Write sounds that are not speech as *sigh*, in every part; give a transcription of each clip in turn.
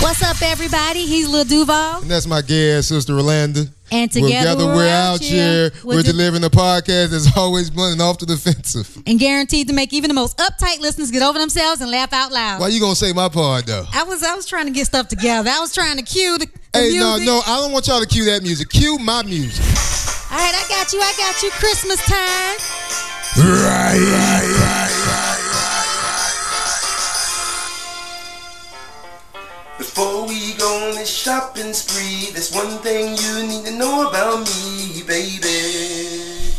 What's up, everybody? He's Lil Duval. And that's my gay ass sister, Rolanda. And together we're, out here. We're, We're de- delivering a podcast that's always blunt and off to the fensive. and guaranteed to make even the most uptight listeners get over themselves and laugh out loud. Why you gonna say my part though? I was I was trying to get stuff together. I was trying to cue the, the Hey, music. no, no, I don't want y'all to cue that music. Cue my music. All right, I got you. I got you. Christmas time. Before we go on this shopping spree, there's one thing you need to know about me, baby.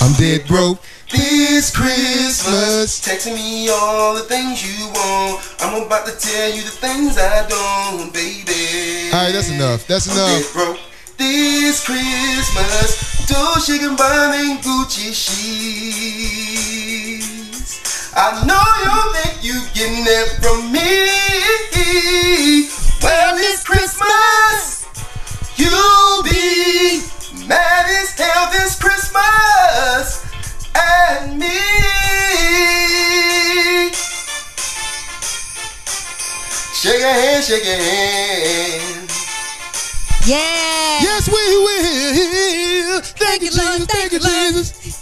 I'm dead broke. This Christmas, texting me all the things you want. I'm about to tell you the things I don't, baby. All right, that's enough. That's I'm enough. dead broke. This Christmas, Dolce Gabbana and Gucci sheets. I know you think you getting that from me. Well, it's Christmas. You'll be mad as hell this Christmas at me. Shake your hand, shake your hand. Yeah. Yes, we we're here. Thank, you, Lord. Jesus. Thank you, Lord. Jesus.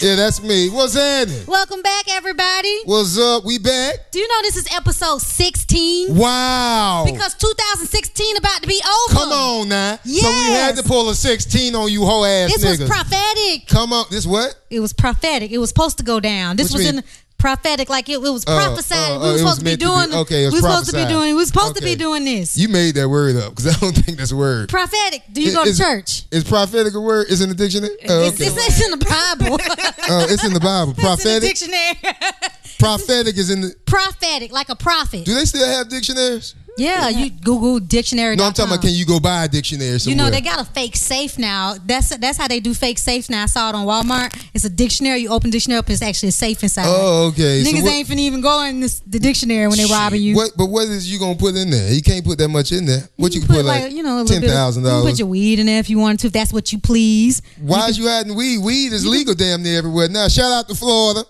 Yeah, that's me. What's happening? Welcome back, everybody. What's up? We back. Do you know this is episode 16? Wow. Because 2016 about to be over. Come on now. So we had Yes. to pull a 16 on you whole ass This niggas. was prophetic. Come on. This what? It was prophetic. It was supposed to go down. This What was you in mean? prophetic, like it, it was prophesied. oh, we oh, were it was supposed to be meant to doing. be- okay, it was we were supposed to be prophesied. doing. We were supposed to be Okay. doing this. You made that word up because I don't think that's a word. prophetic. Do you go to Is- church? Is prophetic a word? Is in the dictionary? Oh, It's, okay. it's, it's in the Bible. *laughs* Oh, it's in the Bible. It's in the Prophetic. dictionary. *laughs* Prophetic is in the. prophetic, like a prophet. Do they still have dictionaries? yeah, you Google dictionary. No, I'm talking about. Can you go buy a dictionary You somewhere? know they got a fake safe now. That's that's how they do fake safes now. I saw it on Walmart. It's a dictionary. You open the dictionary up, it's actually a safe inside. Oh, okay. So Niggas what- ain't finna even go in this, the dictionary when they robbing you. What? But what is you gonna put in there? You can't put that much in there. What you, can can put like, you know, a little ten bit of- thousand you can dollars? Put your weed in there if you wanted to, if that's what you please. Why is you hiding weed? Weed is legal damn near everywhere now. Shout out to Florida.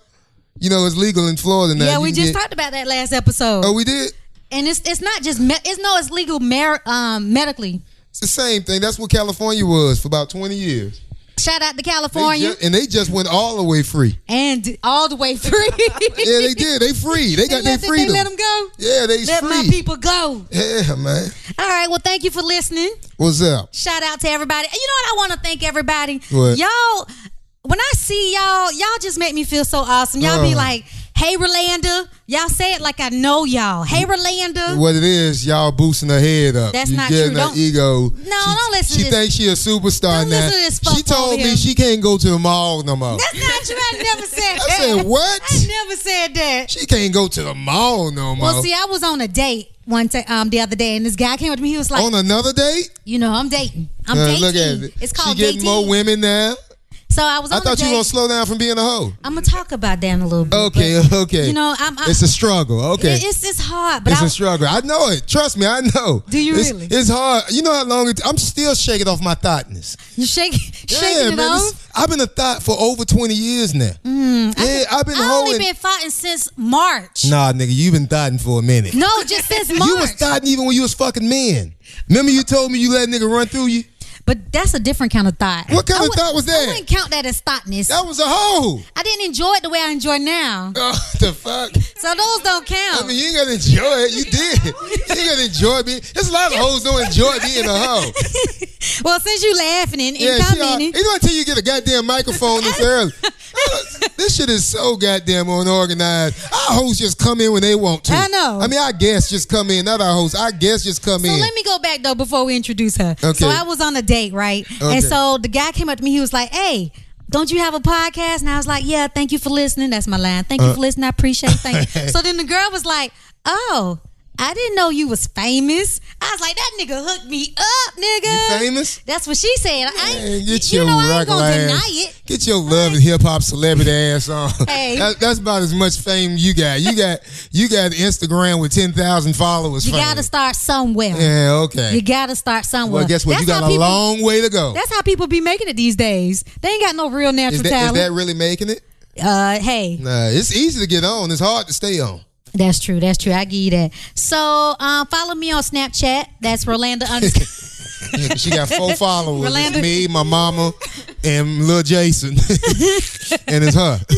You know it's legal in Florida now. yeah, You we can just get- talked about that last episode, Oh, we did. and it's it's not just me- it's no, it's legal mer- um, medically. It's the same thing. That's what California was for about twenty years. Shout out to They California ju- and they just went all the way free. and all the way free. *laughs* Yeah, they *laughs* did. They free. They got let, their they freedom. let 'em go. yeah, they Let free. my people go. yeah, man. All right. Well, thank you for listening. What's up? Shout out to everybody. You know what? I want to thank everybody. What? Y'all, when I see y'all, y'all just make me feel so awesome. Y'all be Oh. like, hey, Rolanda. Y'all say it like I know y'all. Hey, Rolanda. What it is, y'all boosting her head up. That's you not getting true. her Don't- ego. No, don't listen She to this. thinks she a superstar Don't now. listen to this fuck she told over me here. she can't go to the mall no more. That's not true. I never said I that. said, what? I never said that. She can't go to the mall no more. Well, see, I was on a date one t- um the other day, and this guy came up to me. He was like, On another date? you know, I'm dating. I'm Uh, dating. look at it. It's called she getting dating. more women now. So I was on I thought a you date. were gonna slow down from being a hoe. I'm gonna talk about that in a little bit. Okay, *laughs* but, okay. You know, I'm. I'm it's a struggle. Okay. it- it's it's hard, but it's I, a struggle. I know it. Trust me, I know. Do you it's, really? It's hard. You know how long it? I'm still shaking off my thoughtness. you shake *laughs* shaking it this- off. Mm, I've been a thought for over 20 years now. yeah, I've been I've only hoeing. been fighting since March. Nah, nigga, you've been thotting for a minute. No, just since March. *laughs* You was thotting even when you was fucking men. Remember you told me you let a nigga run through you? but that's a different kind of thought. What kind I of would- thought was I that? wouldn't count that as thoughtness. That was a hoe. *laughs* I didn't enjoy it the way I enjoy now, Oh, the fuck? so those don't count. I mean, you ain't gonna enjoy it. You did. You ain't gonna enjoy being. There's a lot of hoes don't enjoy being a hoe. well, since you laughing and, and she all, commenting, you know until you get a goddamn microphone *laughs* this early. *laughs* this shit is so goddamn unorganized. Our hoes just come in when they want to. I know. I mean, our guests just come in, not our hosts. Our guests just come So in. let me go back though before we introduce her. Okay. So I was on a date, right? Okay. And so the guy came up to me. He was like, "Hey, don't you have a podcast?" And I was like, "Yeah, thank you for listening." That's my line. Thank Uh. you for listening. I appreciate. it. Thank *laughs* you. so then the girl was like, "Oh." I didn't know you was famous. I was like, that nigga hooked me up, nigga. You famous? That's what she said. uh, I Man, ain't, get you your know I ain't rock gonna ass. deny it. Get your love and hip hop celebrity ass on. *laughs* Hey. That- that's about as much fame you got. You got you got Instagram with ten thousand followers. You fame. gotta start somewhere. Yeah, okay. You gotta start somewhere. well, guess what? That's you got how a people- long way to go. That's how people be making it these days. They ain't got no real natural Is that, is talent. that really making it? uh, hey, Nah, it's easy to get on. It's hard to stay on. That's true. That's true. I give you that. So um, follow me on Snapchat. That's *laughs* Rolanda underscore. Yeah, she *laughs* got four followers. It's Rolanda- me, my mama, and little Jason, *laughs* and *laughs* it's her. *laughs*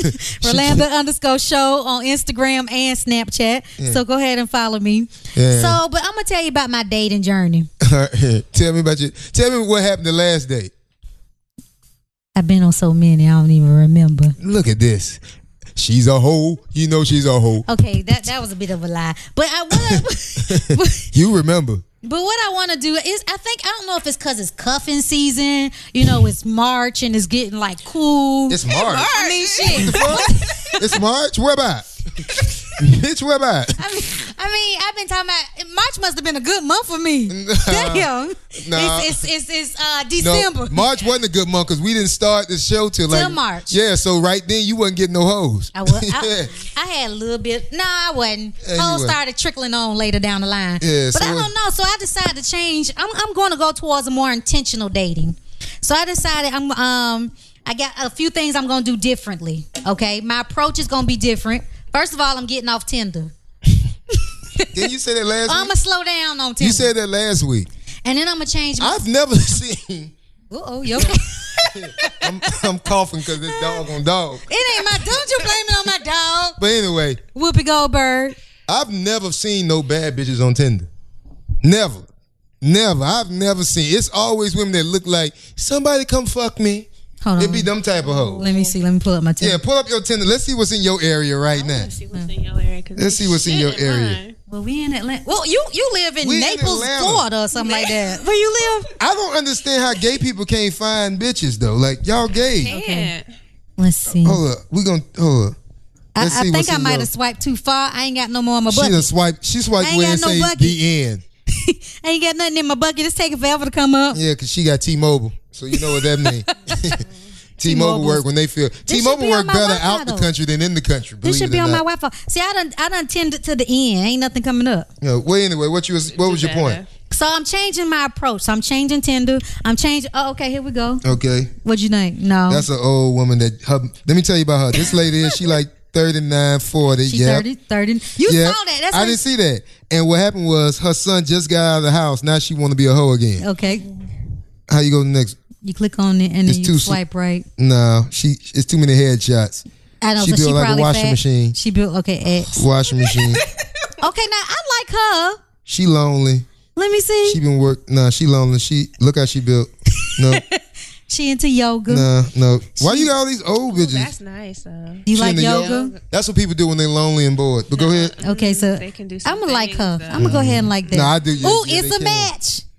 Rolanda underscore show on Instagram and Snapchat. So go ahead and follow me. Yeah. So, but I'm gonna tell you about my dating journey. tell me about you. Tell me what happened the last day. I've been on so many, I don't even remember. Look at this. She's a hoe. You know she's a *laughs* hoe. Okay, that that was a bit of a lie, but I was. *laughs* You remember? But what I want to do is, I think I don't know if it's because it's cuffing season. You know, it's March and it's getting like cool. It's March. I mean, shit. It's March. *laughs* Where about? Bitch, where about? I mean, I mean, I've been talking about March. Must have been a good month for *laughs* me. Damn. Nah. It's it's it's, it's uh, No, December. March wasn't a good month because we didn't start the show till like March. Yeah, so right then you wasn't getting no hoes. I was. *laughs* yeah. I, I had a little bit. No, I wasn't. Yeah, you Hoes wasn't. started trickling on later down the line. Yeah, but so I what- don't know. So I decided to change. I'm, I'm going to go towards a more intentional dating. So I decided I'm. Um, I got a few things I'm going to do differently. Okay, my approach is going to be different. First of all, I'm getting off Tinder. Didn't you say that last I'm week? gonna slow down on Tinder, You said that last week. and then I'm gonna change. my... I've never *laughs* seen. Oh, *laughs* you okay? I'm, I'm coughing because it's dog on dog. It ain't my. Don't you blame it on my dog, But anyway, Whoopi Goldberg. I've never seen no bad bitches on Tinder. Never. Never. I've never seen. It's always women that look like somebody come fuck me. Hold on. It be them type of hoes. Let me see. Let me pull up my Yeah, Tinder. pull up your Tinder. Let's see what's in your area right now. Let's see what's in your area. 'cause Let's see what's in your shit area. mine. Well, we in Atlanta. Well, you you live in We in Naples, Atlanta. Florida, or something like *laughs* that. Where you live? I don't understand how gay people can't find bitches though. Like y'all gay. Yeah. Let's see. Hold up. We gonna hold up. I, I Oh, Let's see think what's I in might your- have swiped too far. I ain't got no more in my She done bucket. swipe. She swiped I ain't where got it no say bucket. the end. *laughs* I ain't got nothing in my bucket. It's taking forever to come up. Yeah, cause she got T-Mobile, so you know what *laughs* that means. *laughs* T-Mobile T-Mobile's- work when they feel should T-Mobile be work on my better Wi-Fi out the though. country than in the country. This believe should it be or on my not. Wi-Fi. See, I done I done tended to the end. Ain't nothing coming up. No, well, anyway, what you was, what was your point? better. So I'm changing my approach. So I'm changing Tinder. I'm changing. Oh, okay. Here we go. Okay, What you think? No, that's an old woman that. Her, let me tell you about her. This lady is *laughs* she like 39, 40. she yeah. 30, 30. You saw that. That's I what- didn't see that. And what happened was her son just got out of the house. Now she want to be a hoe again. Okay. How you go next? You click on it and It's then you too s- swipe right. No, she. It's too many headshots. I know. She so built she like a probably washing fat. machine. She built okay X. *laughs* Washing machine. Okay, now I like her. she lonely. Let me see. She She, been work. Nah, she lonely. She look how she built. *laughs* No, into yoga. nah, no. Why you got all these old Ooh, bitches? that's nice. though. You She like into yoga? That's what people do when they lonely and bored. But go ahead. Okay, so They can do I'm some gonna like her. things, I'm gonna go ahead and like that. Nah, I do. Yeah, Ooh, yeah, it's they a can. match. *laughs*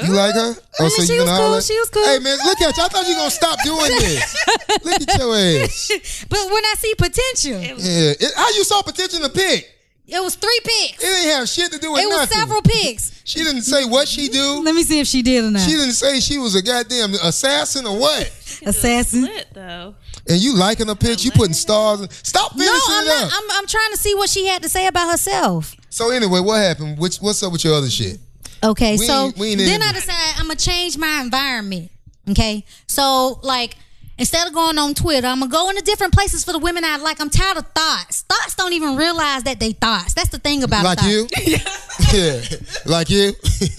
You like her? Oh, I mean, she was gonna cool, holler? she was cool. Hey man, look at you. I thought you gonna stop doing *laughs* this. look at your ass. But when I see potential, Yeah. It, how you saw potential to pick? it was three picks. It ain't have shit to do with It was nothing. several picks. She didn't say what she do. Let me see if she did or not. She didn't say she was a goddamn assassin or what. Assassin. Lit though. And you liking a pitch? You putting stars? In. Stop finishing No, I'm it not. up. I'm, I'm trying to see what she had to say about herself. so anyway, what happened? Which, what's up with your other shit? Okay, We so ain't- we ain't then I into- decide I'm gonna change my environment. Okay, so like instead of going on Twitter, I'm gonna go into different places for the women I like. I'm tired of thoughts. Thoughts don't even realize that they thoughts. That's the thing about Like thoughts. *laughs* you? yeah. Like you? *laughs*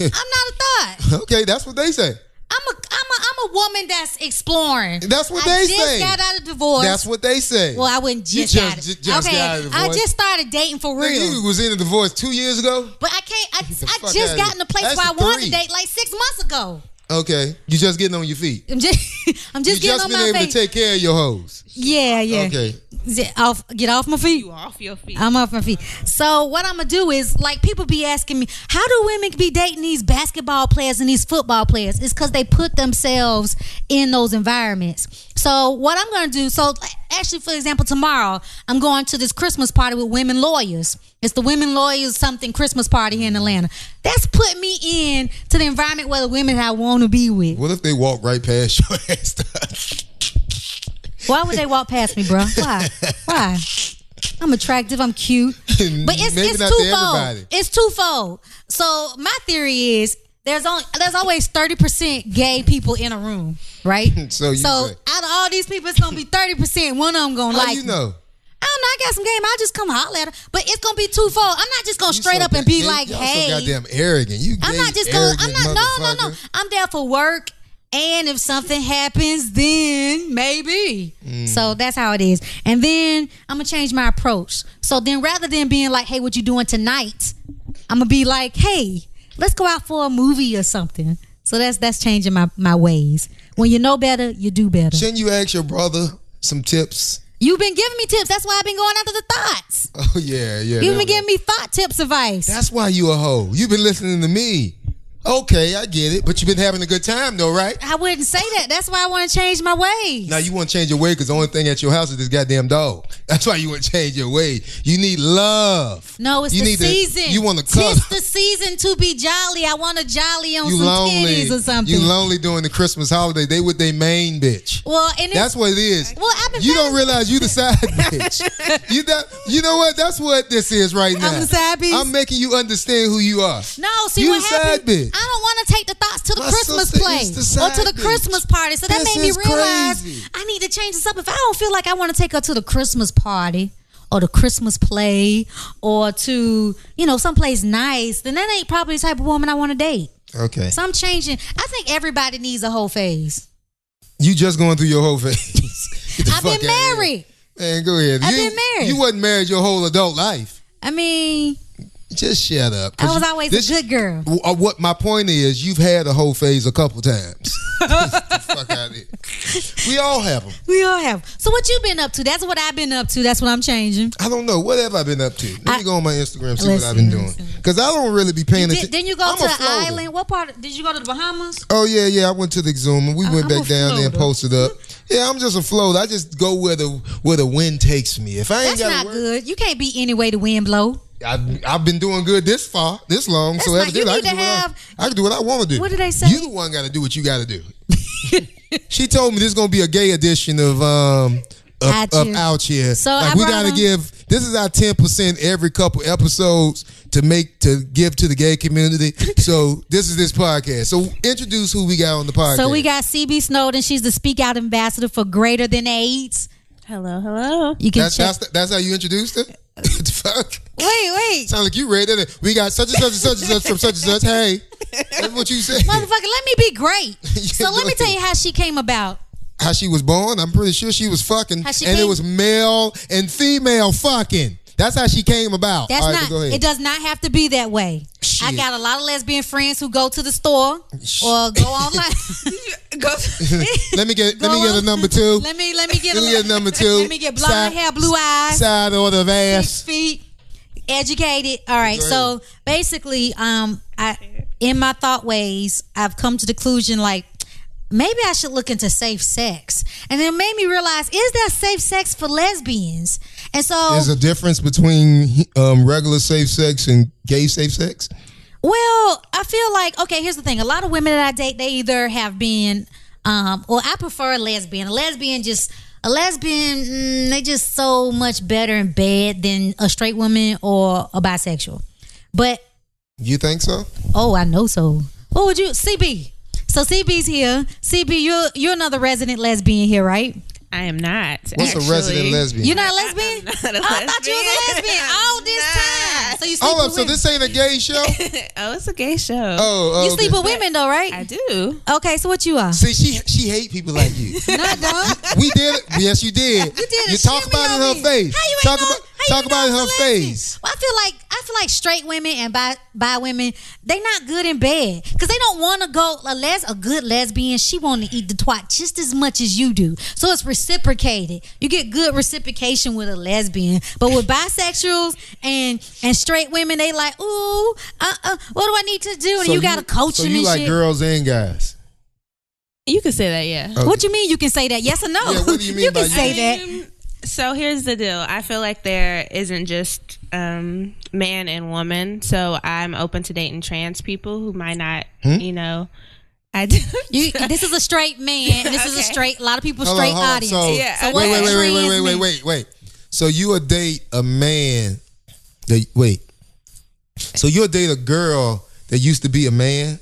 I'm not a thought. okay, that's what they say. I'm a I'm a I'm a woman that's exploring. That's what I they just say. got out of divorce. That's what they say. well, I wouldn't You just, just- out of- ju- just okay, got out of I divorce. just started dating for Nigga, real. you was in a divorce two years ago. but I can't. I, I fuck just outta got here. in a place That's where I wanted three. to date like six months ago. Okay, you just getting on your feet. I'm just *laughs* I'm You just getting just on been my able face. to take care of your hoes. Yeah, yeah. Okay. Get off, get off my feet. You off your feet. I'm off my feet. So what I'm gonna do is like people be asking me, how do women be dating these basketball players and these football players? It's because they put themselves in those environments. So what I'm gonna do, so actually, for example, tomorrow I'm going to this Christmas party with women lawyers. It's the women lawyers something Christmas party here in Atlanta. That's put me in to the environment where the women I want to be with. What if they walk right past *laughs* your ass? Why would they walk past me, bro? Why? Why? I'm attractive. I'm cute. But it's, Maybe it's not to everybody. twofold. It's twofold. So my theory is there's only there's always thirty percent gay people in a room, right? *laughs* So you so say. out of all these people, it's gonna be thirty percent. One of them gonna How like. you me. know? I don't know. I got some game. I'll just come holler at her. But it's gonna be twofold. I'm not just gonna straight up and be like, you hey. so goddamn arrogant. You I'm gay, not just going. arrogant I'm not. No, no, no. motherfucker. I'm there for work, and if something happens, then maybe. Mm. So that's how it is. And then I'm gonna change my approach. So then, rather than being like, "Hey, what you doing tonight?" I'm gonna be like, "Hey, let's go out for a movie or something." So that's that's changing my my ways. When you know better, you do better. Shouldn't you ask your brother some tips? *laughs* You've been giving me tips. That's why I've been going after the thoughts. Oh yeah, You've yeah. that been was- giving me thought tips advice. That's why you a hoe. You've been listening to me. Okay, I get it. But you've been having a good time though, right? I wouldn't say that. That's why I want to change my ways. Now you want to change your way because the only thing at your house is this goddamn dog. That's why you want to change your way. You need love. No, it's you the need to- season. you want to cuddle. It's the season to be jolly. I want to jolly on You some lonely. titties or something. You lonely during the Christmas holiday. They with their main bitch. well, and it's, That's what it is. well, I've been You don't feeling- realize you *laughs* the side bitch. You that, you know what? That's what this is right now. the side bitch? I'm making you understand who you are. No, see you what the side happened? bitch. I don't want to take the thoughts to the My Christmas sister play is the or to side the bitch. Christmas party. So that This made me is realize crazy. I need to change this up. If I don't feel like I want to take her to the Christmas party or the Christmas play or to you know someplace nice, then that ain't probably the type of woman I want to date. Okay. So I'm changing. I think everybody needs a whole phase. You just going through your whole *laughs* phase. Get the I've fuck been outta here. married. Man, go ahead. I've you, been married. You wasn't married your whole adult life. I mean, Just shut up. I 'Cause was you- always this- a good girl. w- uh, What my point is, you've had a whole phase a *laughs* couple times. Get the fuck out of here. We all have them. We all have. So what you been up to? That's what I've been up to. That's what I'm changing. I don't know. What have I been up to? Let I- me go on my Instagram see what Listen, I've been doing. listen. Because I don't really be paying Did, attention. then you go I'm to a the floater. island. What part? Did you go to the Bahamas? Oh yeah, yeah. I went to the Exuma. We went I'm back a down there and floater. posted up. Yeah, I'm just a float. I just go where the where the wind takes me. If I ain't That's got not to work, good. You can't be any way the wind blow. I've, I've been doing good this far, this long. so That's ever not- you did, I need to can do what I- have- I, can do what I want to do. What do they say? You the one got to do what you got *laughs* to do. she told me this is gonna be a gay edition of um of Out out, of Here. out here. So like I we brought gotta them- give. This is our ten percent every couple episodes to make to give to the gay community. *laughs* so this is this podcast. So introduce who we got on the podcast. So we got CB Snowden. She's the Speak Out ambassador for Greater Than AIDS. Hello, hello. You can That's check. that's, that's how you introduced her. What the fuck. wait, wait, Sound like you read it. We got such and such and such and such from such and such. Hey, *laughs* that's what you said. motherfucker. Let me be great. *laughs* Yeah, so let go me tell ahead. you how she came about. how she was born. I'm pretty sure she was fucking, How she and it came- was male and female fucking. That's how she came about. That's All right, not. go ahead. It does not have to be that way. I Shit. got a lot of lesbian friends who go to the store or go online. *laughs* Go. *laughs* let me get Go let me get a on. number two. *laughs* Let me let me get Let me get number two. Let me get blonde Side- hair, blue eyes, Side order of six ass. feet, educated. All right. Go So basically, um, I in my thought ways, I've come to the conclusion like maybe I should look into safe sex, and it made me realize is there safe sex for lesbians? And so, There's a difference between um, regular safe sex and gay safe sex. well, I feel like okay. Here's the thing: a lot of women that I date, they either have been, um, or I prefer a lesbian. A lesbian just. A lesbian, mm, they just so much better in bed than a straight woman or a bisexual. But You think so? Oh, I know so. What would you CB? So CB's here. CB, you're you're another resident lesbian here, right? *laughs* I am not. What's actually. a resident lesbian? You're not a *laughs* lesbian? not a Oh, I thought you was a lesbian. lesbian Oh. all this I'm time. not. So you sleep Hold with up. Oh, So women. this ain't a *laughs* gay show. Oh, it's a gay show. Oh, oh you sleep okay. with women though, right? I do. Okay, so what you are? See, she she hate people like you. No, I *laughs* don't. We did it. Yes, you did. *laughs* You did a You talk shimmy about it in on her me. face. How you ain't talk know- about how you talk ain't about it in know her I'm a lesbian? face. Well, I feel like I feel like straight women and bi bi women they not good in bed because they don't want to go a les a good lesbian. She want to eat the twat just as much as you do, so it's reciprocated. You get good reciprocation with a lesbian, but with bisexuals and and straight women, they like ooh, uh, uh, what do I need to do? And you, got to coach So them you and like shit. girls and guys. You could say that, yeah. Okay. What you mean you can say that? Yes or no? Yeah, *laughs* what do you mean you can by you say I that. mean, So here's the deal. I feel like there isn't just um, man and woman. So I'm open to dating trans people who might not, Hmm? you know, I do. You, this is a straight *laughs* man. and This is a Okay. straight. A lot of people Hold on, straight hold on. audience. So, Yeah, So wait, what wait, does wait, wait, wait, trans wait, wait, mean? wait, wait. So you would date a man that wait. So you'll date a girl that used to be a man.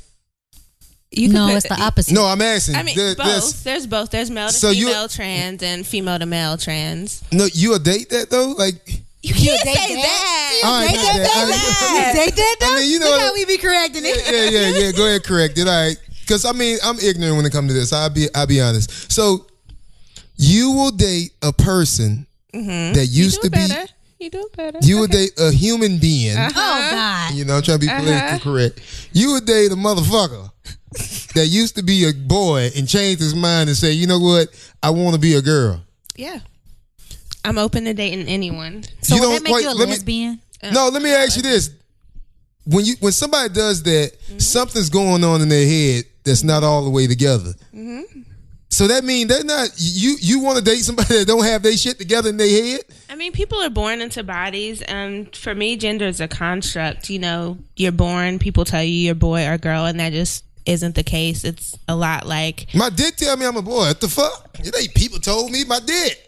You could No, put- it's the opposite. No, I'm asking. I mean, There- both. there's- There's, both. There's male to So you- female trans and female to male trans. No, you a date that though? Like, You can't date say that. that. all right, not that. They did though. I mean, you know Look what- how we be correcting I- it. yeah, yeah, yeah, yeah. Go ahead, correct it. All right, because I mean, I'm ignorant when it comes to this. I'll be, I'll be honest. So, you will date a person that Mm-hmm. You used do to be. better. You do better. You would date a human *laughs* being. Oh God. You know, I'm trying to be politically correct. You would date a motherfucker that used to be a boy and changed his mind and say, you know what, I want to be a girl. yeah. I'm open to dating anyone. So You would know, that make wait, you a let me- lesbian? *laughs* No, let me ask you this: when you when somebody does that, something's going on in their head that's not all the way together. So that means they're not you. You want to date somebody *laughs* that don't have their shit together in their head? I mean, people are born into bodies, and for me, gender is a construct. You know, you're born, people tell you you're boy or girl, and that just isn't the case. It's a lot like My dick tell me I'm a boy. What the fuck? It ain't people told me my dick.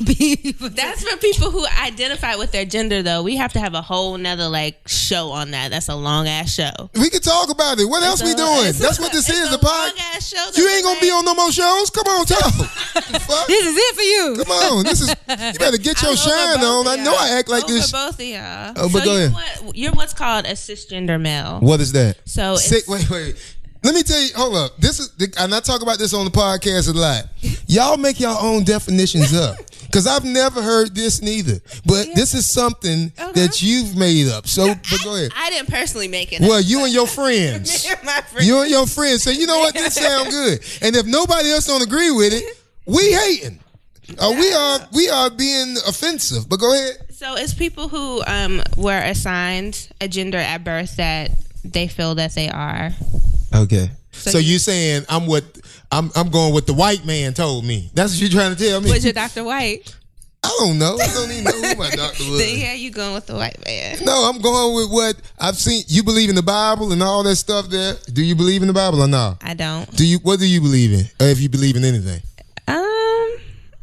that's for people who identify with their gender. Though we have to have a whole nother like show on that. That's a long ass show. We can talk about it. What else we So, doing? it's That's a- what this it's is. The a pod. long-ass show that You we ain't gonna be on no more shows. Come on, talk. *laughs* The fuck? This is it for you. Come on, this is. You better get I'm your over shine both on. of I y'all. know I act like over this. both of y'all. Oh, but so go you ahead. What, you're what's called a cisgender male. What is that? So it's, Sick. Wait, wait. Let me tell you. Hold up. This is, and I talk about this on the podcast a lot. Y'all make your own definitions *laughs* up because I've never heard this neither. But this is something Uh-huh. that you've made up. So, *laughs* but go ahead. I didn't personally make it. *laughs* Well, you and your friends. my friend. You and your friends say, you know what, this sound good. And if nobody else don't agree with it, we hating. Uh, we are we are being offensive. But go ahead. So it's people who um, were assigned a gender at birth that they feel that they are. Okay. So, you saying I'm what I'm I'm going with the white man told me. That's what you're trying to tell me. Was your *laughs* Dr. White? I don't know. I don't even know who my *laughs* doctor was. Then yeah, you going with the white man. No, I'm going with what I've seen. You believe in the Bible and all that stuff there. Do you believe in the Bible or no? I don't. Do you what do you believe in? Or if you believe in anything. Um,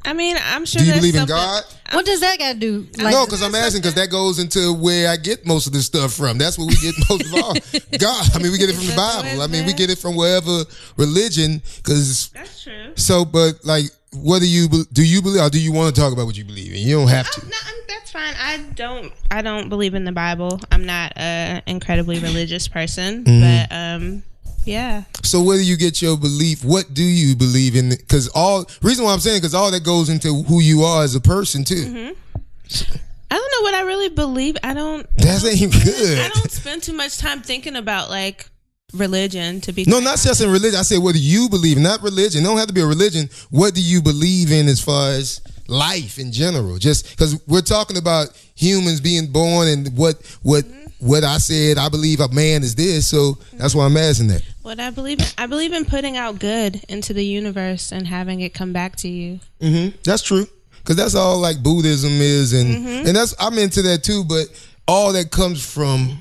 I mean, I'm sure. Do you there's believe in something- God? What does that got to do? Like, no, because I'm asking because that goes into where I get most of this stuff from. That's where we get most of *laughs* all God. I mean, we get it from the Bible. I mean, we get it from wherever religion. Because That's true. so, but like, whether you be- do you believe or do you want to talk about what you believe in? You don't have to. No, I'm, that's fine. I don't. I don't believe in the Bible. I'm not a incredibly religious person, Mm. but um, yeah. So whether you get your belief, what do you believe in? Because all reason why I'm saying because all that goes into who you are as a person too. Mm-hmm. I don't know what I really believe. I don't. That ain't I good. don't spend too much time thinking about like religion. To be No, quite not honest. just in religion. I said, what do you believe? in? Not religion. It don't have to be a religion. What do you believe in as far as life in general? Just because we're talking about humans being born and what what what I said. I believe a man is this. So that's why I'm asking that. What I believe in, I believe in putting out good into the universe and having it come back to you. Mm-hmm. That's true. Cause that's all like Buddhism is, and and that's I'm into that too. But all that comes from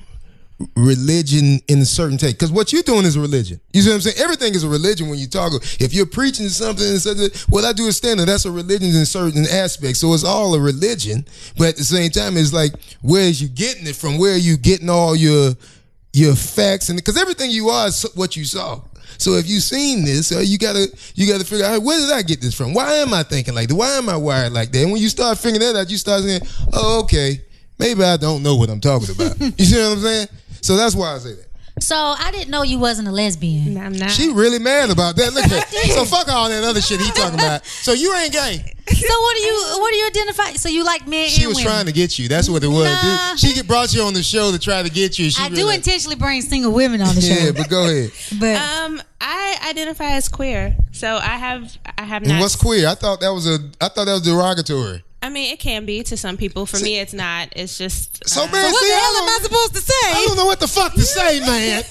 religion in a certain take. Cause what you're doing is a religion. You see what I'm saying? Everything is a religion when you talk. If you're preaching something and such, a- what I do is standard. That's a religion in certain aspects. So it's all a religion, but at the same time, it's like where is you getting it from? Where are you getting all your your facts and because everything you are is what you saw. So if you seen this, uh, you gotta you gotta figure out where did I get this from? Why am I thinking like that? Why am I wired like that? And when you start figuring that out, you start saying, "Oh, okay, maybe I don't know what I'm *laughs* talking about." you see what I'm saying? So that's why I say that. so I didn't know you wasn't a *laughs* lesbian. I'm not. Uh-huh. She really mad about that. *laughs* Look at her. so fuck all that other shit he talking about. So you ain't gay. So what do you what do you identify? So you like men She and was women? trying to get you. That's what it was. Nah. She get- brought you on the show to try to get you. She I do really- intentionally bring single women on the show, Yeah, but go *laughs* ahead. but um, I identify as queer, so I have I have And not. what's queer? I thought that was a. I thought that was derogatory. I mean, it can be to some people. For me, it's not. It's just. So uh, man, what see, the I hell am I don't- supposed to I say? don't know what the fuck to say, man.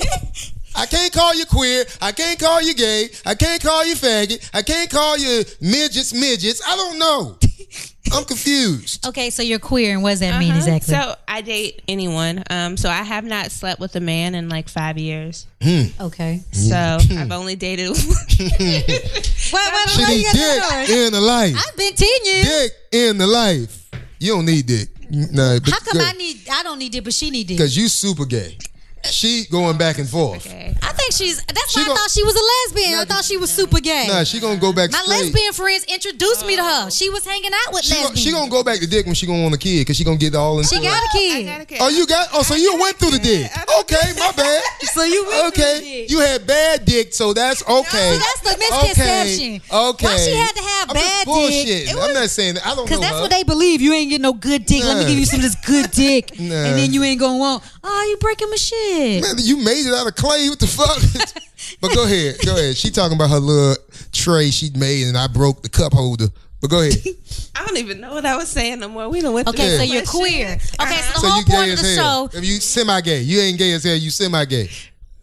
I can't call you queer. I can't call you gay. I can't call you faggot. I can't call you midgets, midgets. I don't know. *laughs* I'm confused. Okay, so you're queer, and what does that mean huh? exactly? Uh-huh. So I date anyone. Um, so I have not slept with a man in like five years. okay, So *laughs* I've only dated. *laughs* wait, wait, She wait, done you got dick in the life. I've been ten years. Dick in the life. You don't need dick. No, How come I need? I don't need it, but she need it. Because you super gay. She going back and forth. Okay. I think she's. That's She why gon- I thought she was a lesbian. I thought she was super gay. Nah, she gonna go back My straight. lesbian friends introduced me to her. She was hanging out with she, gon- lesbians. she gonna go back to dick when she gonna want a kid because she gonna get all in. She got a I kid. gotta care. Oh, you got. Oh, so you went through the dick. Okay, my bad. *laughs* So you went through the Okay, dick. you had bad dick, so that's okay. See, that's the misconception. Okay, okay. Why she had to have I'm bad just dick? bullshitting. I'm not saying that. I don't know. Because that's her. what they believe. You ain't getting no good dick. Let Nah. me give you some of this good *laughs* dick. Nah. And then you ain't going to want, oh, you breaking my shit. Man, you made it out of clay. What *laughs* the fuck? but go ahead, go ahead. She talking about her little tray she made, and I broke the cup holder. But go ahead. *laughs* I don't even know what I was saying no more. We done went Okay, through so this you're shit. queer. Okay, so the so whole you gay point of as the hell. show, If you semi-gay, you ain't gay as hell. You semi-gay.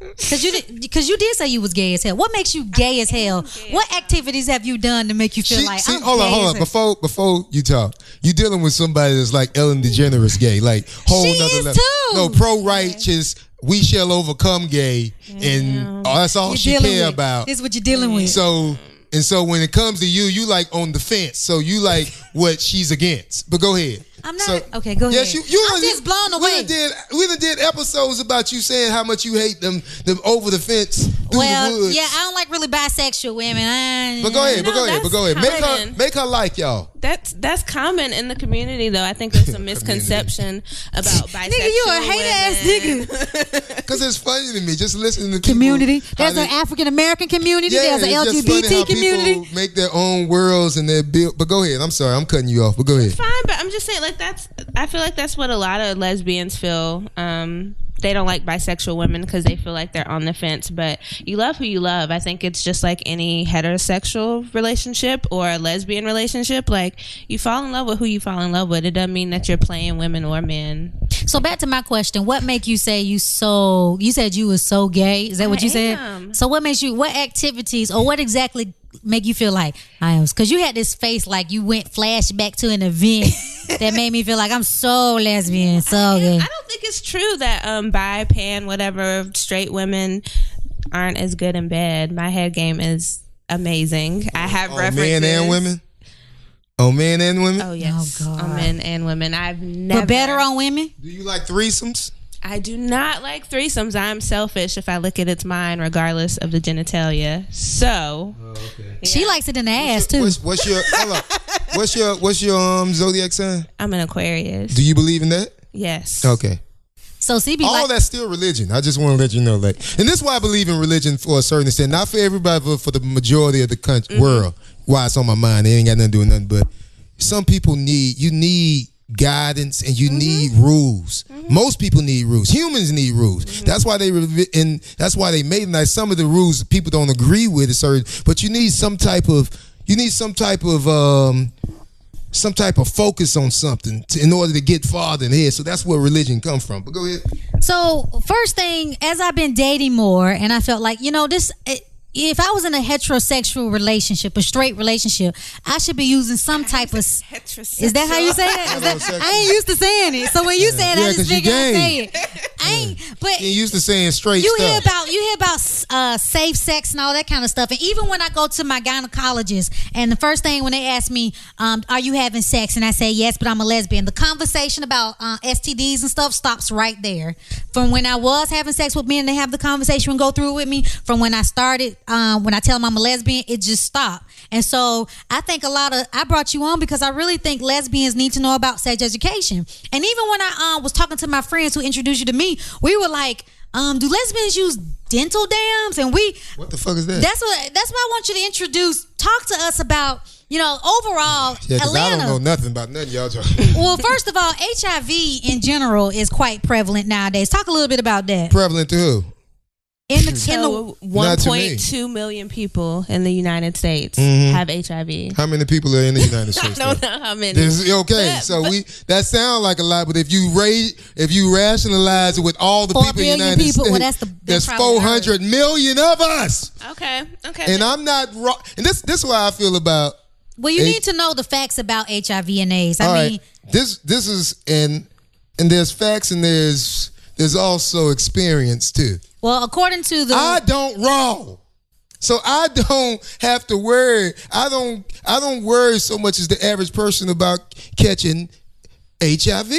because you because you did say you was gay as hell. What makes you gay as hell? What activities have you done to make you feel She- like see, I'm hold gay on, hold as on. hell? Before before you talk, you dealing with somebody that's like Ellen DeGeneres gay, like whole She nother is level. too. No pro righteous. We shall overcome gay, and oh, that's all Mm-hmm. You're she dealing care with. about. This is what you're dealing with. So and so when it comes to you, you like on the fence. So *laughs* you like what she's against. But go ahead. I'm not- So- okay, go Yes, you. ahead. you I'm done- just blown We away. done did. We done did episodes about you saying how much you hate them. Them over the fence through the well, woods. yeah, I don't like really bisexual women. I, But go ahead. but No, go ahead. But that's go ahead. Make her. common. Make her like y'all. That's that's common in the community, though. I *laughs* think there's a misconception about bisexual Nigga, you a hate ass women. nigga. Cause it's funny to me just listening to people- community. how There's they- an African American community. Yeah, There's an it's just funny how LGBT community. People make their own worlds and their build. But go ahead. I'm sorry. I'm cutting you off. But go ahead. Fine, but I'm just saying, like that's. I feel like that's what a lot of lesbians feel. Um, they don't like bisexual women because they feel like they're on the fence. But you love who you love. I think it's just like any heterosexual relationship or a lesbian relationship. Like you fall in love with who you fall in love with. It doesn't mean that you're playing women or men. So back to my question: What make you say you so? You said you was so gay. Is that what I you said? am. So what makes you? What activities or what exactly make you feel like I was? Because you had this face like you went flashback to an *laughs* event that made me feel like I'm so lesbian, so gay. I don't think it's true that um bi, pan, whatever straight women aren't as good in bed. My head game is amazing. I have On references. Oh, men and women. On men and women. Oh yes, Oh, God. on men and women. I've never. But better on women. Do you like threesomes? I do not like threesomes. I'm selfish if I look at its mine, regardless of the genitalia. So Uh, She likes it in the ass too. What's, what's your hold up? What's your what's your um zodiac sign? I'm an Aquarius. Do you believe in that? Yes. Okay. So CB All like that's still religion. I just want to let you know, like, and this is why I believe in religion for a certain extent, not for everybody, but for the majority of the country, world. Why it's on my mind, it ain't got nothing to do with nothing. But some people need you need guidance and you need rules. Most people need rules. Humans need rules. That's why they revi- and that's why they made them. Like some of the rules people don't agree with, it's certain, but you need some type of you need some type of um some type of focus on something to, in order to get farther in here. So that's where religion come from. But go ahead. So first thing, as I've been dating more, and I felt like you know this. If I was in a heterosexual relationship, a straight relationship, I should be using some type of. s- Is that how you say it? Is that, I ain't used to saying it. So when you say it, Yeah, I 'cause just you figured I'd gay. say it. I ain't. But You used to saying straight you stuff. hear about you hear about uh, safe sex and all that kind of stuff. And even when I go to my gynecologist, and the first thing when they ask me, um, "Are you having sex?" and I say yes, but I'm a lesbian, the conversation about uh, STDs and stuff stops right there. From when I was having sex with men, they have the conversation and go through it with me. From when I started, um, when I tell them I'm a lesbian, it just stopped. And so I think a lot of I brought you on because I really think lesbians need to know about sex education. And even when I um, was talking to my friends who introduced you to me, we were like um, do lesbians use dental dams? And we what the fuck is that? that's what that's why I want you to introduce talk to us about you know overall yeah, because I Atlanta. don't know nothing about *laughs* nothing y'all *laughs* talking. Well, first of all, HIV in general is quite prevalent nowadays. Talk a little bit about that Prevalent to who? in the in the So Not to me. Mm-hmm. 1.2 million people in the United States have HIV. How many people are in the *laughs* United *laughs* I States? don't though? know how many. This is- okay, But- so but- we that sound like a lot, but if you rate, if you rationalize it with all the Four people in the billion United people, States, well, that's the- there's that's probably four hundred million of us, Okay. Okay. and I'm not wrong. And this this is why I feel about well, you H- need to know the facts about HIV and AIDS. I All right, mean, This this is and and there's facts and there's there's also experience too. well, according to the I don't roll. So I *laughs* don't have to worry. I don't I don't worry so much as the average person about catching HIV.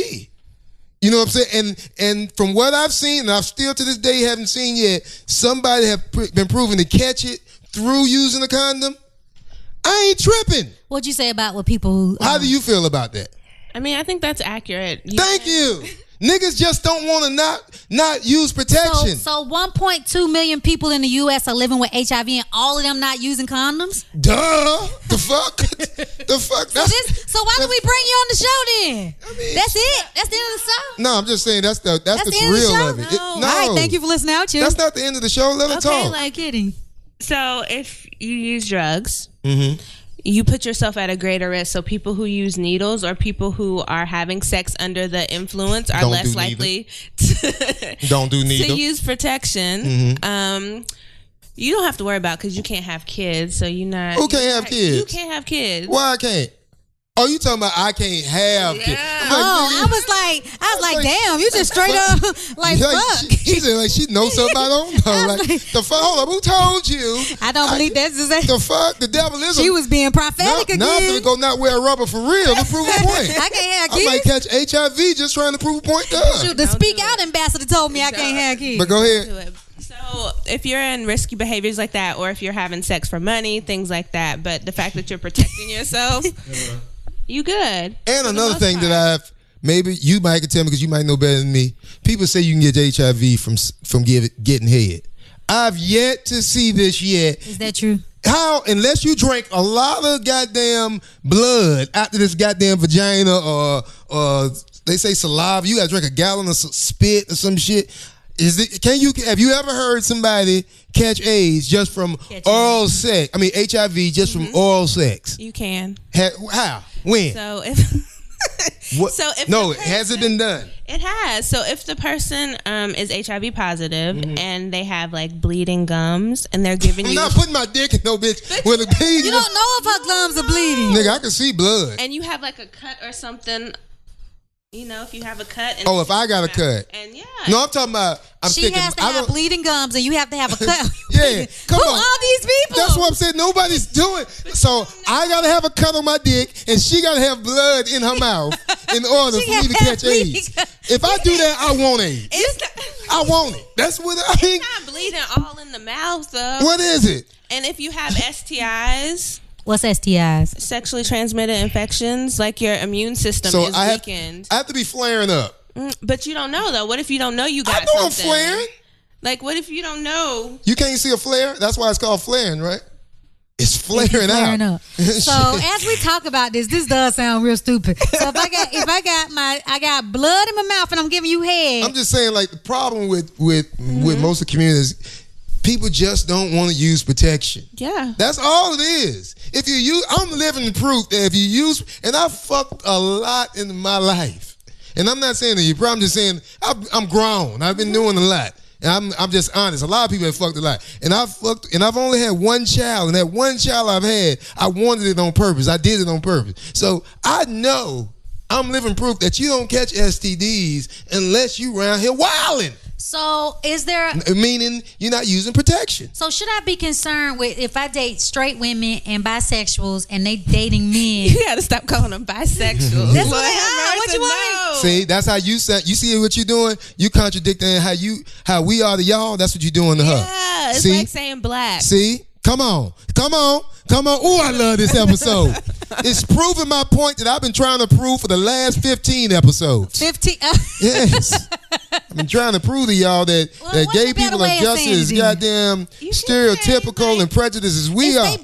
You know what I'm saying? And and from what I've seen, and I've still to this day haven't seen yet, somebody have pr- been proven to catch it through using a condom. I ain't tripping. What'd you say about what people who? um, How do you feel about that? I mean, I think that's accurate. You- Thank you. Niggas just don't want to not not use so, protection. so 1.2 million people in the U.S. are living with HIV, and all of them not using condoms. Duh. The fuck? *laughs* the fuck? So, That's, this, so why did we bring you on the show then? mean- that's it. That's the end of the show. no, I'm just saying that's the That's that's, the, the end of the thrill show. Oh. of it. It- All right, thank you for listening out, you. That's not the end of the show. Let it Okay, talk. like- I'm kidding. So if you use drugs, Mm-hmm. you put yourself at a greater risk. So people who use needles or people who are having sex under the influence are Don't do neither. less likely *laughs* to, *laughs* Don't do neither. Mm-hmm. to use protection. Um, you don't have to worry about because you can't have kids, so you're not. Who can't have You kids? can't have kids. Why I can't? Oh, you talking about I can't have kids? Yeah. I'm like, Oh, I nigga, was like, I was like, like- damn, you *laughs* just straight up like, like, fuck. She, she said like she knows something I don't know. *laughs* Like the fuck? Hold up, who told you? I don't believe that's just The fuck? The devil is. a- she was being now, prophetic now I'm again. gonna go not wear rubber for real to prove a *laughs* point. I can't have I might kids. catch HIV just trying to prove a point. Duh. Shoot, the speak out ambassador told me I can't have kids. But go ahead. to it. So if you're in risky behaviors like that, or if you're having sex for money, things like that, but the fact that you're *laughs* protecting yourself, you good. And For the another most thing part. that I've maybe you might can tell me because you might know better than me. People say you can get HIV from s- from give, getting head. I've yet to see this yet. Is that true? How unless you drank a lot of goddamn blood out of this goddamn vagina or or they say saliva, you gotta drink a gallon of s- spit or some shit. Is it can you have you ever heard somebody catch AIDS just from oral sex? I mean HIV just from oral sex. you can. Ha- How? When? Mm-hmm. So if What? So if *laughs* no, the it has it been done? it has, so if the person um, is HIV positive Mm-hmm. and they have like bleeding gums and they're giving I'm you not putting my dick in no bitch with a bead. You don't know if her gums are bleeding. nigga. I can see blood. and you have like a cut or something, you know, if you have a cut. And Oh, if I got a cut. And yeah, No, I'm talking about. I'm She thinking. has to I have don't. bleeding gums, and you have to have a *laughs* cut. Yeah, come Who on. are these people? That's what I'm saying. Nobody's doing. So I gotta have a cut on my dick, and she gotta have blood in her *laughs* mouth in order She for me to gotta have catch AIDS. bleeding. If I do that, I want AIDS. it's not, *laughs* I want it. That's what I *laughs* mean. it's not bleeding all in the mouth though. What is it? And if you have STIs, What's STIs? sexually transmitted infections, like your immune system So is I have, weakened. I have to be flaring up. Mm, but you don't know though. What if you don't know you got I know I'm something? flaring. Like what if you don't know? You can't see a flare. That's why it's called flaring, right? It's flaring, Fair out. *laughs* enough. So as we talk about this, this does sound real stupid. So if I got if I got my I got blood in my mouth and I'm giving you head, I'm just saying, like the problem with with with most of the communities, people just don't want to use protection. Yeah. *laughs* That's all it is. If you use, I'm living proof that if you use, and I fucked a lot in my life, and I'm not saying that you, but I'm just saying I'm, I'm grown. I've been doing a lot, and I'm I'm just honest. A lot of people have fucked a lot, and I fucked, and I've only had one child, and that one child I've had, I wanted it on purpose. I did it on purpose. So I know. I'm living proof that you don't catch STDs unless you round here wilding, so is there? meaning you're not using protection. So should I be concerned with if I date straight women and bisexuals and they dating men? You gotta stop calling them bisexual. That's what they are. What you want See, that's how you sound. You see what you're doing. You contradicting how you how we are to y'all. That's what you're doing to Yeah, her. it's See, like saying black. see, come on, come on, come on. Ooh, I love this episode. *laughs* it's proving my point that I've been trying to prove for the last 15 episodes. *laughs* *laughs* Fifteen. uh, Yes. I've been trying to prove to y'all that, Well, that what's gay a better people way are of just saying as it? goddamn You should stereotypical say, like, and prejudiced as we It's are. they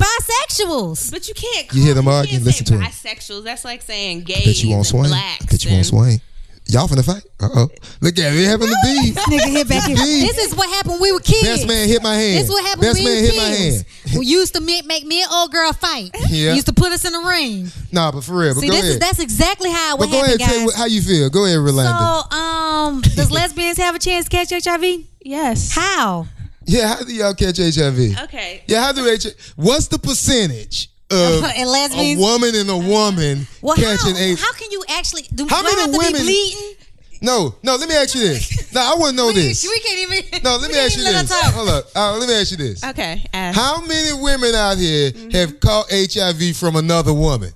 bisexuals. But you can't call You hear them you arguing, can't listen say to 'em. bisexuals. That's like saying gays Bet you won't and swing. blacks. Bet you won't and- swing. Y'all finna fight? Uh oh. Look at it. It happened to be. *laughs* Nigga, hit back here. Indeed. This is what happened when we were kids. Best man hit my hand. This is what happened Best when we man were hit my hand. kids. We used to make, make me and old girl fight. Yeah. Used to put us in the ring. Nah, but for real. But See, go this is ahead. that's exactly how it but would go happen, ahead. Tell guys. you how you feel. Go ahead, Rolanda. So, um, *laughs* does lesbians have a chance to catch HIV? Yes. How? yeah, how do y'all catch HIV? Okay. Yeah, how do HIV? What's *laughs* the percentage of And a lesbians? woman and a woman Well, catching how, AIDS? how can you actually? Do, How do I many have to women- be bleeding? no, no. Let me ask you this. No, I want to know this. We can't even. no, let we me can't ask you even let this. her talk. Hold up. Uh, let me ask you this. Okay. ask. Mm-hmm. How many women out here have caught HIV from another woman?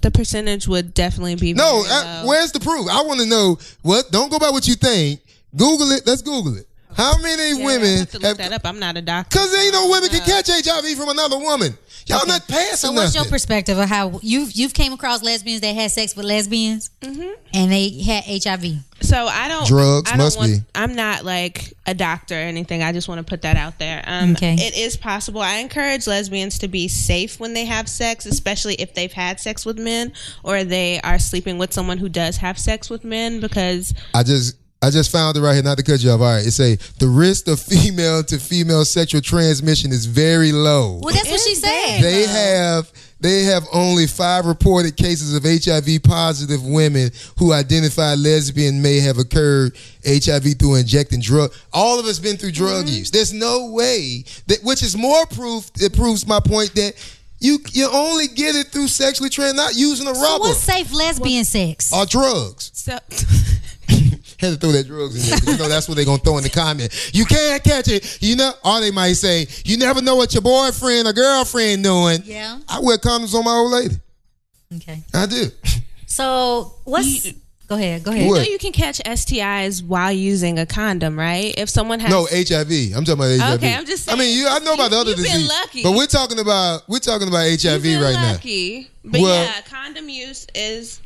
the percentage would definitely be No, uh, very I, low. where's the proof? I want to know what. Don't go by what you think. Google it. Let's Google it. How many Yeah, I women have to look that up. I'm not a doctor. Because ain't no women can catch HIV from another woman. Y'all not passing So what's your nothing. perspective of how you've you've came across lesbians that had sex with lesbians and they had HIV? So I don't Drugs I don't must want- be. I'm not like a doctor or anything. I just want to put that out there. Um, Okay. It is possible. I encourage lesbians to be safe when they have sex, especially if they've had sex with men or they are sleeping with someone who does have sex with men. Because I just I just found it right here, not to cut you off. All right, it say the risk of *laughs* female to female sexual transmission is very low. Well, that's what she said. They have they have only five reported cases of HIV positive women who identify lesbian may have occurred HIV through injecting drug. All of us been through drug Mm-hmm. use. There's no way that which is more proof. It proves my point that you you only get it through sexually trans, not using a So rubber Oh. what's safe lesbian sex? or drugs. so *laughs* had to throw that drugs in there. 'cause You know that's what they're gonna throw in the comment. You can't catch it. You know, or they might say, you never know what your boyfriend or girlfriend doing. Yeah. I wear condoms on my old lady. Okay. I do. So what's You- go ahead, go ahead. What? you know you can catch STIs while using a condom, right? If someone has No HIV. I'm talking about HIV. Okay, I'm just I mean, you. I know about the saying, other you've been disease, lucky. but we're talking about we're talking about HIV You've been right lucky. But Well- yeah, condom use is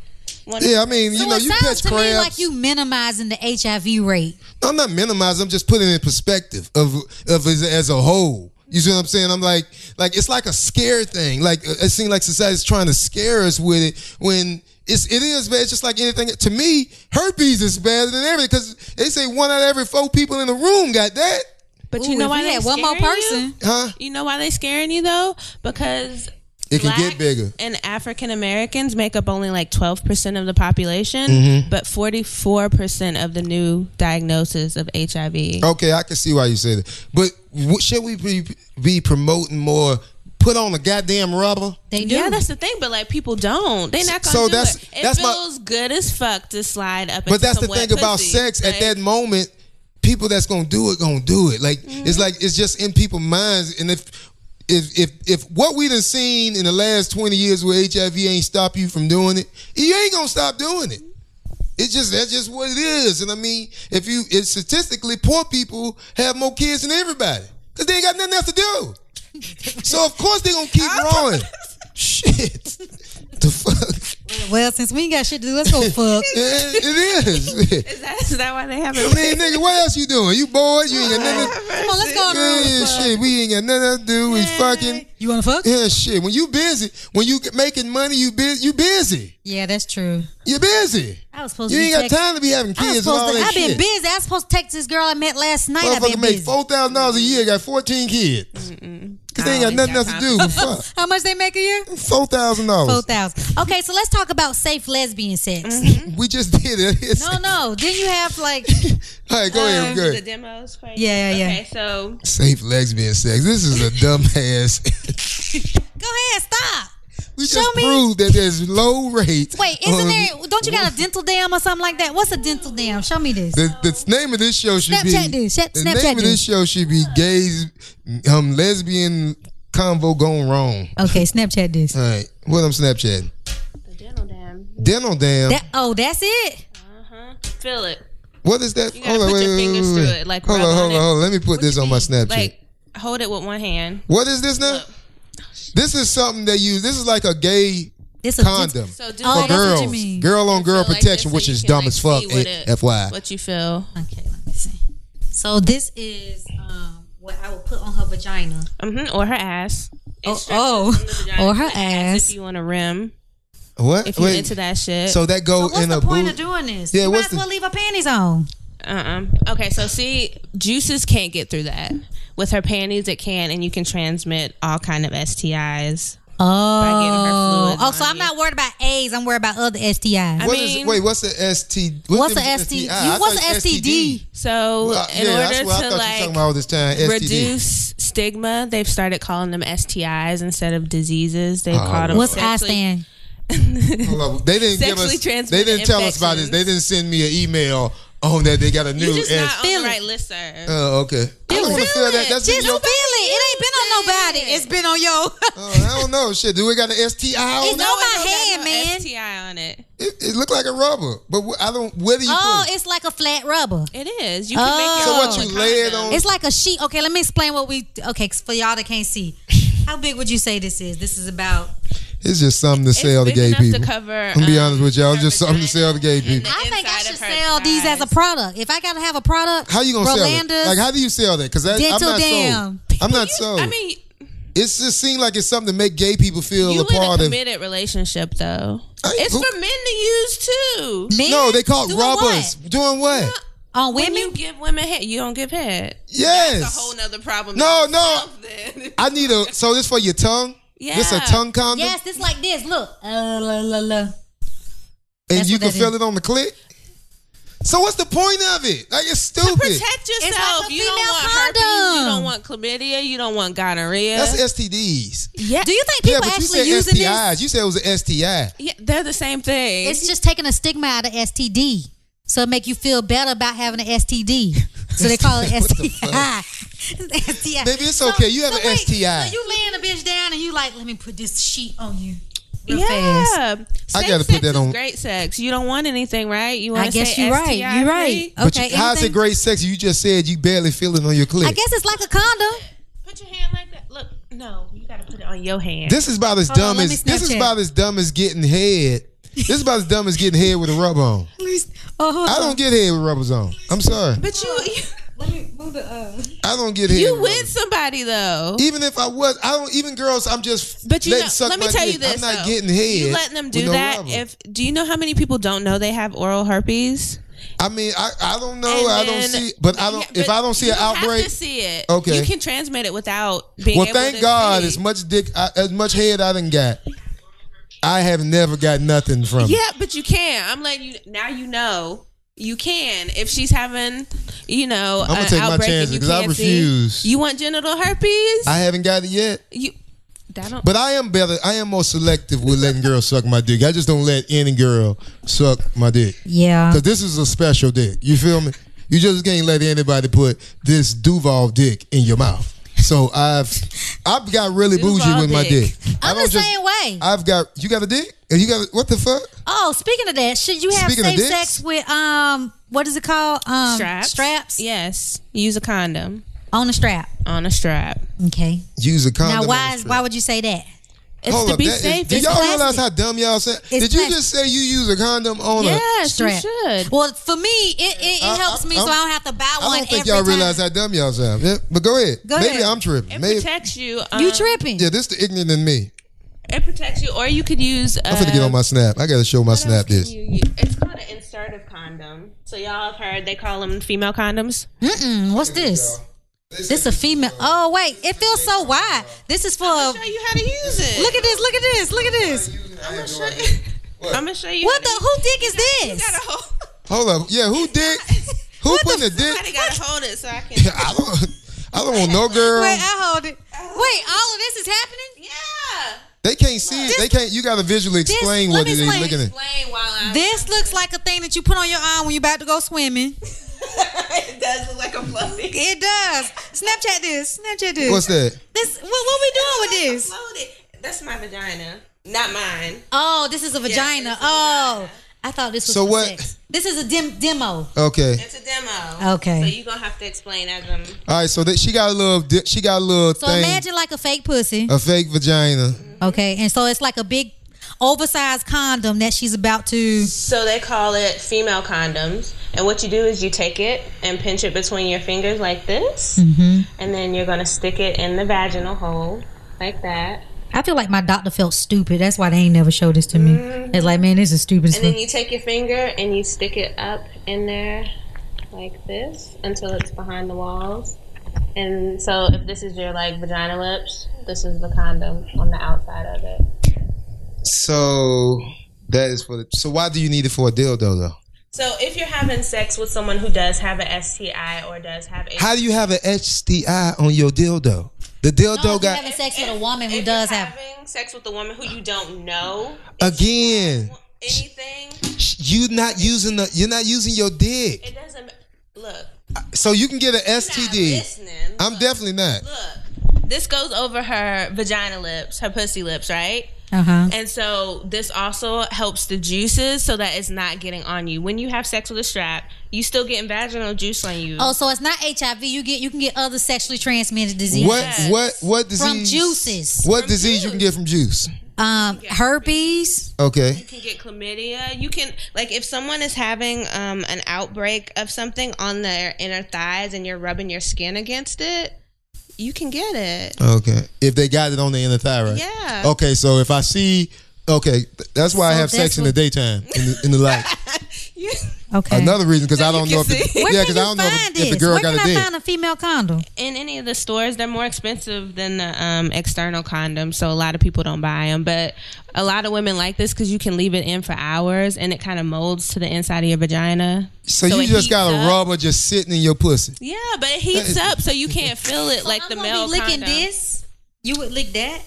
one. now. Yeah, I mean, So you know, it you sounds catch to me crabs. like you minimizing the HIV rate. I'm not minimizing. I'm just putting it in perspective of of as, as a whole. You see what I'm saying? I'm like, like it's like a scare thing. Like uh, it seems like society's trying to scare us with it when it's it is bad. It's just like anything. To me, herpes is better than everything because they say one out of every four people in the room got that, but Ooh, you know if why we they had one more scaring you? person. huh? You know why they scaring you though? Because It can black get bigger. And African Americans make up only like twelve percent of the population, Mm-hmm. but forty four percent of the new diagnosis of HIV. Okay, I can see why you say that. But w- should we be be promoting more? Put on a goddamn rubber. They do. Yeah, that's the thing, but like people don't. They not gonna So do that's- it. It that's my- feels good as fuck to slide up. But that's the thing about sex at that moment. People that's gonna do it gonna do it. Like it's like it's just in people's minds. And if if if if what we done seen in the last twenty years with HIV ain't stop you from doing it, you ain't gonna stop doing it. It's just that's just what it is. And I mean, if you it's statistically poor people have more kids than everybody because they ain't got nothing else to do. so of course they gonna keep growing. Shit, the fuck. *laughs* Well, since we ain't got shit to do, let's go fuck. Yeah, it is. *laughs* *laughs* Is that, is that why they have I it? *laughs* mean, nigga, what else you doing? You bored? You ain't got *laughs* nothing. Come on, let's go on the road Yeah, and fuck. shit. We ain't got nothing else to do. We fucking. You want to fuck? Yeah, shit. When you busy, when you making money, you busy. You busy. Yeah, that's true. You busy. I was supposed You to be ain't got text- time to be having I was kids and all supposed to, that I've been shit. busy. I was supposed to text this girl I met last night. I've Motherfucker been make busy. four thousand dollars a year, got fourteen kids. Cause they ain't got nothing else to do. but Fuck. *laughs* How much they make a year? Four thousand Four dollars. thousand. Okay, so let's talk about safe lesbian Mm-hmm. sex. *laughs* We just did it. *laughs* It's- No, Uh, no. Then you have like All right, go ahead. Go Um, The ahead. demos. Part? Yeah, yeah, yeah. Okay, so Safe lesbian sex. This is a dumbass. *laughs* Go ahead, stop. we just Show me. proved that there's low rates. Wait, isn't on- there? Don't you got a dental dam or something like that? What's a dental dam? Show me this. The, the name of this show should Snapchat be dude. Shep- the Snapchat name of dude. this show should be gays, um, lesbian convo gone wrong. Okay, Snapchat this. All right, what I'm Snapchatting? the dental dam. Dental dam. That, oh, that's it. Uh huh. Feel it. what is that? You gotta put your fingers through it, like, hold rub on, on hold it. on, hold on. Let me put this on my Snapchat. Like hold it with one hand. what is this now? Look. This is something that you. This is like a gay This a condom. So do Oh, for that's what you girls, mean. girl on girl So like protection, this, so which you is can, dumb like, as fuck. see what eh, it- FYI, What you feel? Okay, let me see. So this is um, what I would put on her vagina. hmm Or her ass. It Oh, oh, stretches from the vagina or to her the ass. If you want a rim, what? if you're Wait, into that shit. so that go So what's Oh, in the a point boot- of doing this? Yeah, you might what's as the- well leave her panties on. uh uh Okay, so see, juices can't get through that. With her panties, it can, and you can transmit all kind of STIs. getting her Oh, fluids oh, so on I'm you. not worried about AIDS. I'm worried about other STIs. I What is- mean- wait, what's the ST? what's the a STD? STI? I what's thought a STD? So Well, in yeah, order that's what I thought you to were talking like about all this time. STD. reduce stigma, they've started calling them STIs instead of diseases. They called them What's I sexually- *laughs* stand? Oh, Hold on, They didn't give Sexually us. They transmitted didn't tell us about this. They didn't send me an email on that. They got a new. You're just S- not on Feeling. the right list, sir. oh, okay. I don't want to feel that. That's in Just feel your. it. It ain't been on nobody. It's been on yo. *laughs* Oh, I don't know. Shit, do we got an STI? It's on on that? my it's on hand, man. STI on it. It, it looked like a rubber, but wh- I don't. Whether you Oh, put it? it's like a flat rubber. It is. You can make So your what, own you lay it condom. on- It's like a sheet. Okay, let me explain what we. Okay, 'cause for y'all that can't see, how big would you say this is? This is about. it's just something to sell to big gay enough people. To cover, uh, I'm gonna be honest with y'all, her it's just something to vagina sell to gay and people. the I think I inside should of her sell these as a thighs. product. If I gotta have a product, How you gonna sell Rolanda's- it? Like how do you sell that? Because I'm not Dental sold. dam. I'm not You- sold. I mean, it's just seemed like it's something to make gay people feel you a part in a of. committed relationship though. I- it's who- for men to use too. Men No, they call it doing rubbers. Doing what? what? on When women. you give women head, you don't give head. yes. That's a whole nother problem. No, in no. itself then. *laughs* I need a. So this for your tongue. This a Yeah. tongue condom, yes, it's like this. Look, uh, la, la, la. and that's you what can that feel it on the clit. So what's the point of it? Like it's stupid. Protect yourself. like a you don't female want herpes. You condom. don't want chlamydia. You don't want gonorrhea. That's STDs. yeah. Do you think people yeah, but you actually said using STIs. You said it was an STI. yeah, they're the same thing. this? It's just taking a stigma out of STD, so it make you feel better about having an STD. So they call it *laughs* What the STI. *laughs* STI. Baby, it's okay. You have an STI. So you laying a bitch down and you like, let me put this sheet on you. Real yeah. fast. I Safe gotta put sex that is on- Great sex. You don't want anything, right? You want I to guess say you're right. STI You're right. free? But Okay. you, how's it anything- great sex? You just said you barely feel it on your clit. I guess it's like a condom. Put your hand like that. Look, no, you gotta put it on your hand. this is about as Hold on, dumb let as me this is Snapchat. about as dumb as getting head. This is about as dumb as getting head with a rubber on. Oh, I don't get head with rubbers on. I'm sorry. but you, you, Let me move the. Uh, I don't get head. you with with rubbers. somebody though. Even if I was, I don't. Even girls, I'm just. But you letting know, suck let me my tell you dick. this: I'm not though. getting head. You letting them with do no that? rubber. If do you know how many people don't know they have oral herpes? I mean, I, I don't know. And I don't then- see. But I don't. Yeah, if but I don't see you an outbreak, have to see it. Okay. you can transmit it without being. well, able thank to God, see. as much dick, I, as much head I done got, I have never got nothing from. Yeah, but you can. I'm letting you now. You know you can if she's having, you know, gonna an take my outbreak and chances you 'cause I can't see. refuse. You want genital herpes? it. I haven't got it yet. you that don't. But I am better. I am more selective with letting girls suck my dick. I just don't let any girl suck my dick yeah. because this is a special dick. You feel me? You just can't let anybody put this Duval dick in your mouth. So I've I've got really bougie Duval with my dick. dick. I I'm don't the just- same way. I've got you got a dick and you got a, what the fuck? oh, speaking of that, should you have Speaking safe of dicks? sex with um, what is it called? Um, straps. straps? Yes. Use a condom on a strap. on a strap. Okay. Use a condom. Now, on why the is, strap. why would you say that? It's Hold to up, be that is- safe. do It's y'all plastic. realize how dumb y'all said? It's Did you plastic. just say you use a condom on a? Yes, Strap. you should. Well, for me, it, it, it I- helps I- me, I'm- so I don't have to buy one I don't think every y'all time. realize how dumb y'all sound. Yeah, but go ahead. Go Maybe ahead. I'm tripping. it Maybe protects you. Um, you tripping? yeah, this the ignorant in me. It protects you, or you could use. Uh, I'm finna get on my snap. I gotta show my what else snap can this. you use? It's called an insertive condom. So y'all have heard they call them female condoms. Mm, what's this? This a female. Oh wait, it feels so wide. This is for. I'll Look show you how to use it. at this. Look at this. Look at this. *laughs* I'm gonna show you. What the? how to Who dick is use- *laughs* this? You gotta hold. Hold up. Yeah, *laughs* who dick? Who What putting the a dick? *laughs* Somebody gotta hold it so I can. *laughs* I don't. I don't want no girl. Wait, I hold it. Wait, all of this is happening. yeah. they can't see it. They can't. You gotta visually explain let what me it is explain. looking at. Explain while I'm. This looks like a thing that you put on your arm when you're about to go swimming. *laughs* it does look like a *laughs* fluffy. It does. Snapchat this. Snapchat this. What's that? This. What, what we doing with this? Loaded. That's my vagina, not mine. Oh, this is a vagina. it's a oh, vagina. I thought this was. So for what- sex. This is a dem- demo. Okay. It's a demo. Okay. So you gonna have to explain as I'm. All right. So that she got a little. di- She got a little So thing. imagine like a fake pussy. a fake vagina. Okay, and so it's like a big, oversized condom that she's about to. So they call it female condoms. And what you do is you take it and pinch it between your fingers like this. Mm-hmm. And then you're going to stick it in the vaginal hole like that. I feel like my doctor felt stupid. That's why they ain't never showed this to me. It's like, man, this is stupid. as Mm-hmm. And then fuck. you take your finger and you stick it up in there like this until it's behind the walls. And so if this is your like vagina lips, this is the condom on the outside of it. So that is for the. So why do you need it for a dildo though? So if you're having sex with someone who does have an STI or does have a How do you have an HDI on your dildo? The dildo No, if you're having got sex with If- a woman who if does you're have. having sex with a woman who you don't know again. anything, You not using the. You're not using your dick, it doesn't look. so you can get an Stop STD. listening. I'm Look, definitely not. Look, this goes over her vagina lips, her pussy lips, right? Uh-huh. And so this also helps the juices so that it's not getting on you. When you have sex with a strap, you still getting vaginal juice on you. Oh, so it's not HIV. You get you can get other sexually transmitted diseases. What what what disease? From juices. What From disease you juice. can get from juice? Um, herpes. Okay. You can get chlamydia. You can like if someone is having um, an outbreak of something on their inner thighs and you're rubbing your skin against it, you can get it. Okay. If they got it on the inner thigh, right? Yeah. Okay, so if I see, okay, th- that's why I So have sex that's in the what- daytime in the, in the light. You- Okay. Another reason because I don't you know if can the, *laughs* see. Where yeah can because you I don't know if, find the- if the this? girl Where got can a I dick. find a female condom? in any of the stores, they're more expensive than the um, external condoms, so a lot of people don't buy them. But a lot of women like this because you can leave it in for hours and it kind of molds to the inside of your vagina. So, So you it just got heats a up. rubber just sitting in your pussy. Yeah, but it heats up so you can't feel it like I'm the gonna male be licking condom. this. You would lick that.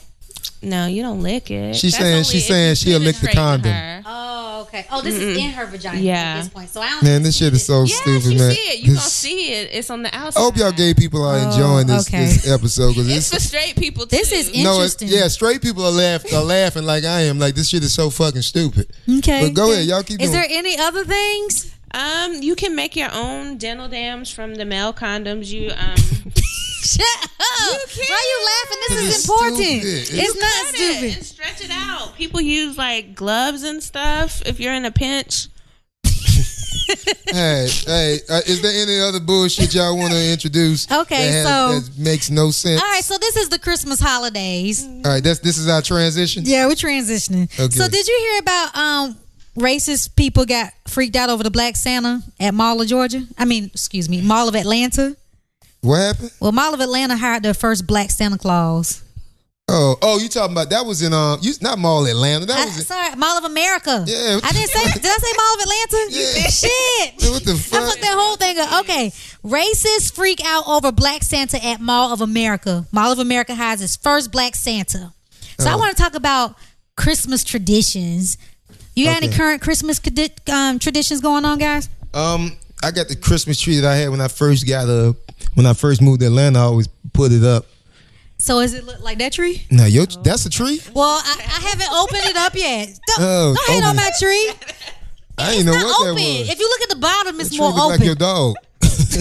No, you don't lick it. She's That's saying- only she's if saying you she'll lick the penetrate condom. her. Oh, okay. Oh, this is in her vagina Yeah. at this point. So I don't. Man, this shit is so Yeah, stupid, you man. see it. You gonna This- see it. It's on the outside. I hope y'all gay people are Oh, enjoying this, okay. this episode because It's it's for straight people too. This is in- no, it's, interesting. yeah, straight people are laugh are laughing like I am. Like this shit is so fucking stupid. Okay. But go ahead, y'all keep Is doing. there any other things? um. You can make your own dental dams from the male condoms. You um. *laughs* Shut up. Why you laughing? This This is is important. stupid. It's You not cut it stupid. and stretch it out. People use like gloves and stuff if you're in a pinch. hey, hey, uh, is there any other bullshit y'all want to introduce? Okay, that so- Uh, that makes no sense. All right, so this is the Christmas holidays. All right, that's this is our transition. Mm-hmm. Yeah, we're transitioning. Okay. So did you hear about um racist people got freaked out over the black Santa at Mall of Georgia? I mean, excuse me, Mall of Atlanta. What happened? Well, Mall of Atlanta hired their first black Santa Claus. Oh, oh, you talking about that was in um, you not Mall Atlanta. That I, was in, sorry, Mall of America. Yeah. I didn't say. did I say Mall of Atlanta? *laughs* Yeah. Shit. Man, what the I fuck? fucked that whole thing up. Okay. Racists freak out over Black Santa at Mall of America. Mall of America has its first Black Santa. So I Oh. want to talk about Christmas traditions. You got any Okay. current Christmas cadi- um, traditions going on, guys? *laughs* Um, I got the Christmas tree that I had when I first got a when I first moved to Atlanta. I always put it up. So does it look like that tree? Now, yo, Oh. that's a tree. Well, I, I haven't opened it up yet. Don't, Oh, don't hate open on it. my tree. I didn't know Not what open. that was. If you look at the bottom, it's Tree more look like your open. dog.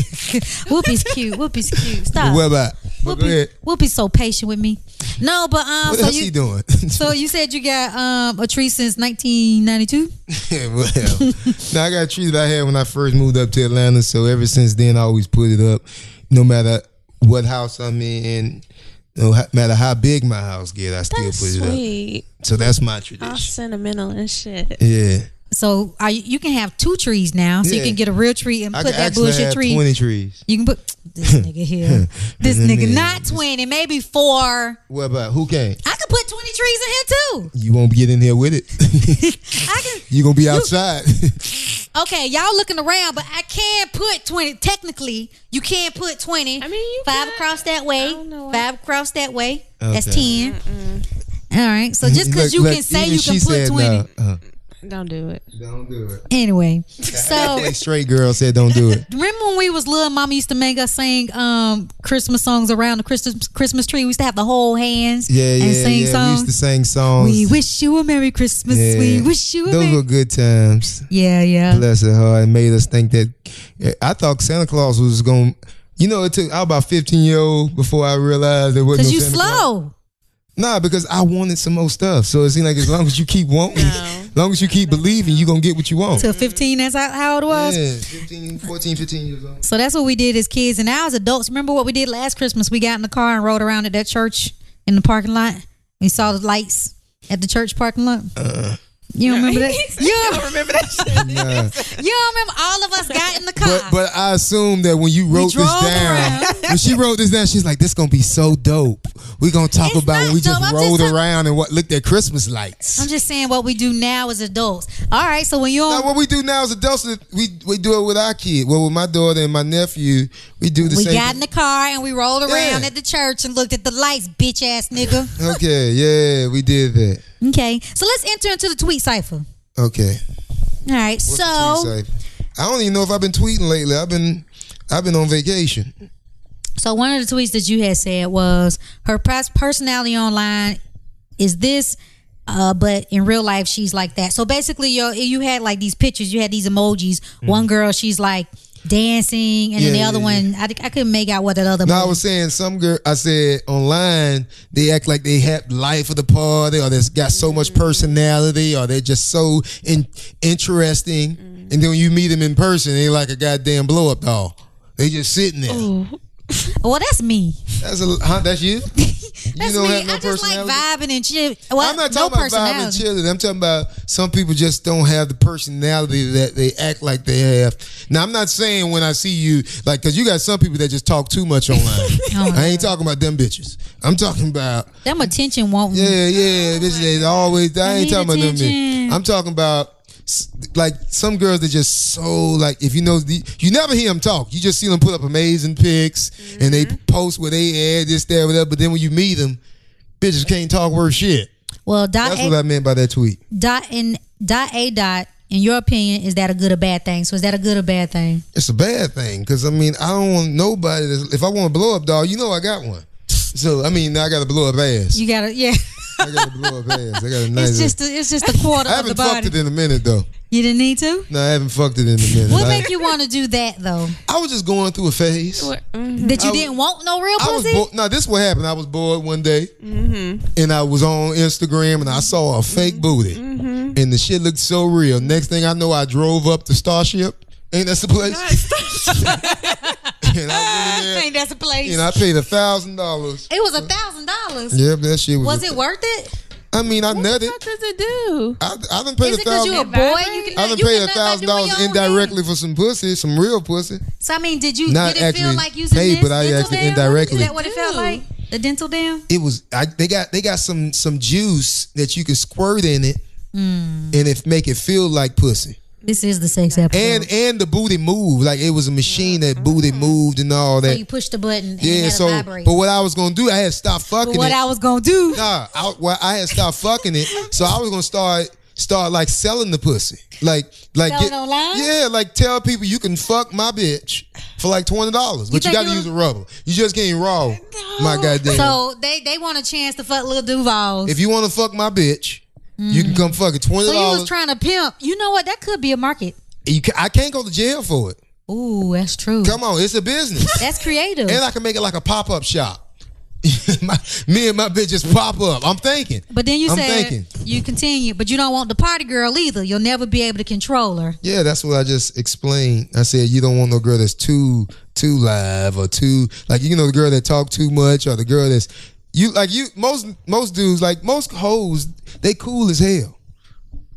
Whoopi's cute. Whoopi's *laughs* cute. Stop. What about? But go Whoopi, ahead. Whoopi's so patient with me. No, but um, What Oh, so else you he doing? so you said you got um a tree since 1992. Yeah, *laughs* well, now I got a tree that I had when I first moved up to Atlanta. So ever since then, I always put it up, no matter what house I'm in, no ha- matter how big my house get, I still put it up. Sweet, So that's my tradition. all sentimental and shit. Yeah, So are you, you can have two trees now, so you Yeah. can get a real tree and I put could that actually bullshit have tree. twenty trees. You can put *sniffs* *laughs* this nigga here, this And nigga then not twenty, maybe four. What about who can? I could put twenty trees in here too. You won't get in *laughs* here with it. I can. you gonna *laughs* be outside. Okay, y'all looking around, but I can't put twenty. Technically, you can't put twenty. I mean, you five could. across that way, I don't know why. five across that way. That's Okay. 10 All right. So just because *laughs* Look, you look, can say even you can she put said twenty no. Uh, Don't do it. don't do it. *laughs* anyway. So Hey, straight girl said don't do *laughs* it. remember when we was little, Mama used to make us sing um, Christmas songs around the Christmas Christmas tree. We used to have the whole hands Yeah, yeah, and sing yeah. We songs. used to sing songs. We wish you a Merry Christmas. Yeah. We wish you a Those Merry. were good times. yeah, yeah. Bless her heart. It made us think that I thought Santa Claus was going. to You know, it took I was about fifteen year old before I realized there wasn't. Cause no you Santa Claus. slow. Nah, because I wanted some more stuff. So it seemed like as long as you keep wanting, as long as you keep believing, you are gonna get what you want. Till fifteen, that's how, how it Yeah, was. 15, 14, 15 years old. So that's what we did as kids. And now as adults, remember what we did last Christmas? We got in the car and rode around at that church in the parking lot. We saw the lights at the church parking lot. Uh, you don't remember that? *laughs* you, don't, remember that shit. Nah. *laughs* you don't remember all of us got in the car. But but I assume that when you wrote drove this down, around. when she wrote this down, she's like, "This gonna be so dope. We gonna talk It's about not when we dope. just I'm just rolled talk- around and what looked at Christmas lights." I'm just saying what we do now as adults. All right, so when you on Now, what we do now as adults, we we do it with our kid. Well, with my daughter and my nephew, we do the we same. got in the car and we rolled around Yeah. at the church and looked at the lights, bitch ass *laughs* nigga. okay, yeah, we did that. okay, so let's enter into the tweet cipher. Okay. All right, so Tweet safe. I don't even know if I've been tweeting lately. I've been I've been on vacation. So one of the tweets that you had said was her pers- personality online is this Uh, but in real life, she's like that. So basically, yo, you had like these pictures, you had these emojis. One girl, she's like dancing, and then the Mm. Yeah, other yeah, one, I, think- I couldn't make out what that other. No, I emoji- was saying some girl. I said online they act like they have life of the party, or they got so Mm. much personality, or they're just so in, interesting. Mm. And then when you meet them in person, they like a goddamn blow up doll. They just sitting Oh, there. well, that's me. That's a huh, *laughs* that's you. That's don't me. have no I just like personality? vibing and chill. Well, I'm not no talking about vibe and personality. chilling. I'm talking about some people just don't have the personality that they act like they have. Now, I'm not saying when I see you, like, because you got some people that just talk too much online. *laughs* Oh, I ain't talking about them bitches. I'm talking about, Them attention won't. yeah, yeah, bitches that always, I ain't Oh, need talking about them bitches. attention. I'm talking about, s- like, some girls that just so, like, if you know, the, you never hear them talk. You just see them put up amazing pics and they Mm-hmm. post where they add this, that, whatever. But then when you meet them, bitches can't talk worth shit. Well, dot That's A, what I meant by that tweet. dot and dot a dot. In your opinion, is that a good or bad thing? So is that a good or bad thing? It's a bad thing because I mean I don't want nobody. That's, if I want a blow up dog, you know I got one. So I mean I got to blow up ass. You gotta, yeah. I got to blow up ass. I got a nice. *laughs* it's just, a, it's just a quarter *laughs* I of the haven't fucked body. it in a minute though. You didn't need to. No, I haven't fucked it in a minute. What Like, make you want to do that though? I was just going through a phase. Mm-hmm. That you Mm-hmm. I was- didn't want no real I was pussy? bo- no. This is what happened. I was bored one day, Mm-hmm. and I was on Instagram, and I saw a fake booty, Mm-hmm. and the shit looked so real. Next thing I know, I drove up to Starship. Ain't that the place? *laughs* and I went in I there, think that's a place. and I paid a thousand dollars. it was a thousand dollars. Yeah, that shit was. Was it worth it? I mean, I What nutted. the fuck does it do? I I done paid Is a it because you a thousand. boy? You can, I done you paid can a not do thousand it dollars your own hand. indirectly for some pussy, some real pussy. So I mean, did you Not did it feel actually like using paid, this but I dental actually dam? indirectly- Is that what it felt Ew. like? The dental dam? It was. I, they got they got some some juice that you can squirt in it, Mm. and if make it feel like pussy. This is the sex episode. And and the booty moved like it was a machine that booty moved and all Oh. so that. you push the button and it yeah. had So, to vibrate. but what I was gonna do, I had stopped fucking But what it. I was gonna do? Nah, I, well, I had stopped fucking it, so I was gonna start start like selling the pussy, like like Selling online? yeah, like tell people you can fuck my bitch for like twenty dollars, but you, think got to you- use a rubber. You just getting raw, my goddamn. So they they want a chance to fuck little Duval. if you want to fuck my bitch, you can come fuck it twenty So you was dollars. trying to pimp. You know what? That could be a market. you ca- I can't go to jail for it. Ooh, that's true. Come on, it's a business. *laughs* That's creative. and I can make it like a pop up shop. *laughs* my, me and my bitch just pop up. I'm thinking. But then you I'm said thinking. you continue, but you don't want the party girl either. You'll never be able to control her. Yeah, that's what I just explained. I said you don't want no girl that's too too live or too like you know the girl that talk too much or the girl that's you like you most most dudes like most hoes they cool as hell.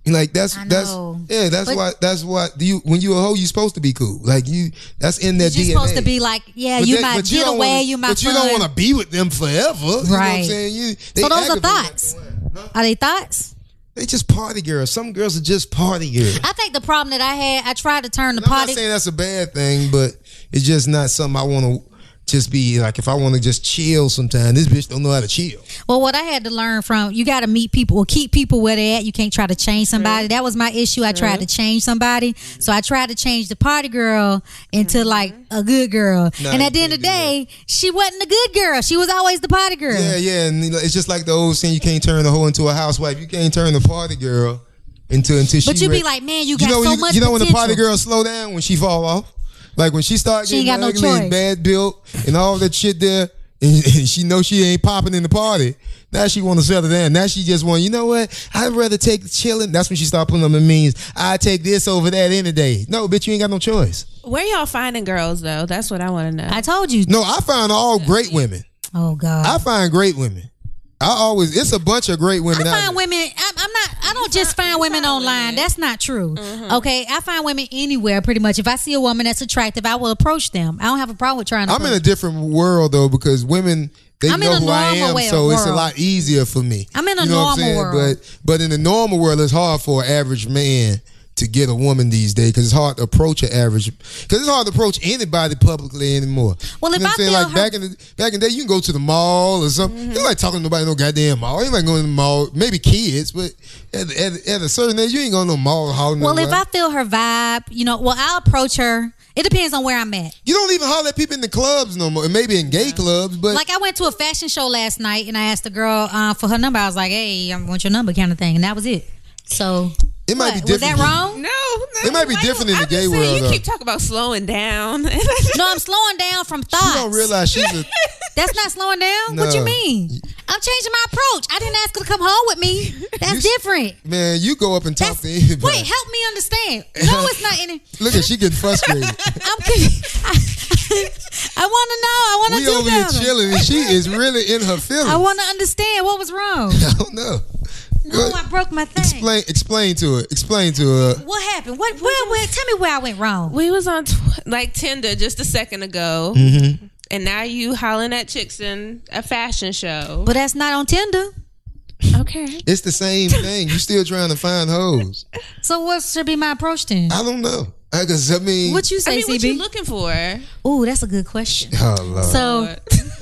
And, Like that's I that's know. yeah that's But- why that's why do you when you a hoe you supposed to be cool like you that's in their You're DNA. supposed to be like, yeah, But you that- might but you get don't away, wanna- you might. But you don't want to be with them forever. You know what I'm Right. saying? You, they So those are aggravate after a thoughts. while. No, Are they thoughts? They just party girls. Some girls are just party girls. I think the problem that I had, I tried to turn the And I'm party. not saying that's a bad thing, but it's just not something I want to just be like. If I want to just chill, sometime this bitch don't know how to chill. Well, what I had to learn from you got to meet people or keep people where they're at. You can't try to change somebody. That was my issue. I tried to change somebody, so I tried to change the party girl into like a good girl. and you at the end of the day, she wasn't a good girl. She was always the party girl. Yeah, yeah, and you know, it's just like the old saying: you can't turn the hoe into a housewife. You can't turn the party girl into until she. But you re- be like, man, you you got know, when so you, much. you know when the party potential. girl slow down when she fall off, like when she start She ain't got getting no ugly and choice. bad built and all that shit there, *laughs* and, and she know she ain't popping in the party. Now she want to settle down. Now she just want, you know what? I'd rather take the chilling. That's when she start putting on the means. I take this over that any day. No, bitch, you ain't got no choice. Where y'all finding girls though? That's what I want to know. I told you. No, I find all great women. Oh God. I find great women. I always, it's a bunch of great women. out I there. find women. I'm, I'm not. I don't just find women Mm-hmm. online. That's not true. Okay, I find women anywhere pretty much. If I see a woman that's attractive, I will approach them. I don't have a problem with trying to. I'm in a approach- different world though because women they I'm in know a who I normal am, way of so it's a world. lot easier for me. I'm in a you know what normal I'm saying? world. but but in the normal world, it's hard for an average man to get a woman these days because it's hard to approach an average because it's hard to approach anybody publicly anymore. Well, you if I know what I'm saying? feel like her- Mm-hmm. back in the back in the day, you can go to the mall or something. You ain't like talking to nobody in no goddamn mall. You ain't like going to the mall. Maybe kids, but at, at, at a certain age, you ain't going to no mall hollering. Well, at if I nobody. feel her vibe, you know, well, I'll approach her. It depends on where I'm at. You don't even holler at people in the clubs no more. Maybe in gay clubs, but Like I went to a fashion show last night and I asked the girl uh, for her number. I was like, "Hey, I want your number," kind of thing, and that was it. So it might what, be was that different. wrong? No, It might be different in the gay world, You though. keep talking about slowing down. *laughs* No, I'm slowing down from thoughts. You don't realize she's *laughs* a. That's not slowing down. What you No. mean? I'm changing my approach. I didn't ask her to come home with *laughs* me. That's You s- different. Man, you go up and talk That's, to wait, anybody. help me understand. No, it's not any. Look at she *laughs* getting frustrated. I'm. con- I, I want to we know. I over here want to do better. chilling, and she *laughs* is really in her feelings. I want to understand what was wrong. *laughs* I don't know. Oh, What- I broke my thing. explain, explain to her. Explain to her. What happened? What? Where? Where? Tell me where I went wrong. we was on tw- like Tinder just a second ago, Mm-hmm. and now you hollering at chicks in a fashion show. But that's not on Tinder. okay, It's *laughs* the same thing. You still trying to find hoes. So what should be my approach then? I don't know. I guess I mean. What you I say, mean, what you CB? looking for? Ooh, that's a good question. oh Lord. So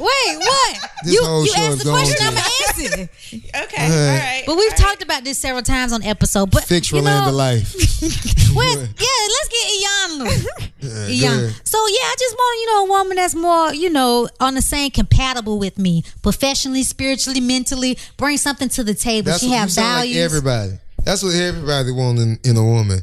wait, what? *laughs* This you whole you show asked is the question, going I'm gonna answer. *laughs* it. *laughs* okay, all right. But we've talked about this several times on episode. But fix you Rolanda know, *laughs* life. *laughs* Well, yeah, let's get Yeah, Iyanlu. Iyan. good. So yeah, I just want you know a woman that's more you know on the same compatible with me, professionally, spiritually, mentally, bring something to the table. That's she what have you sound values, like everybody. That's what everybody wants in, in a woman.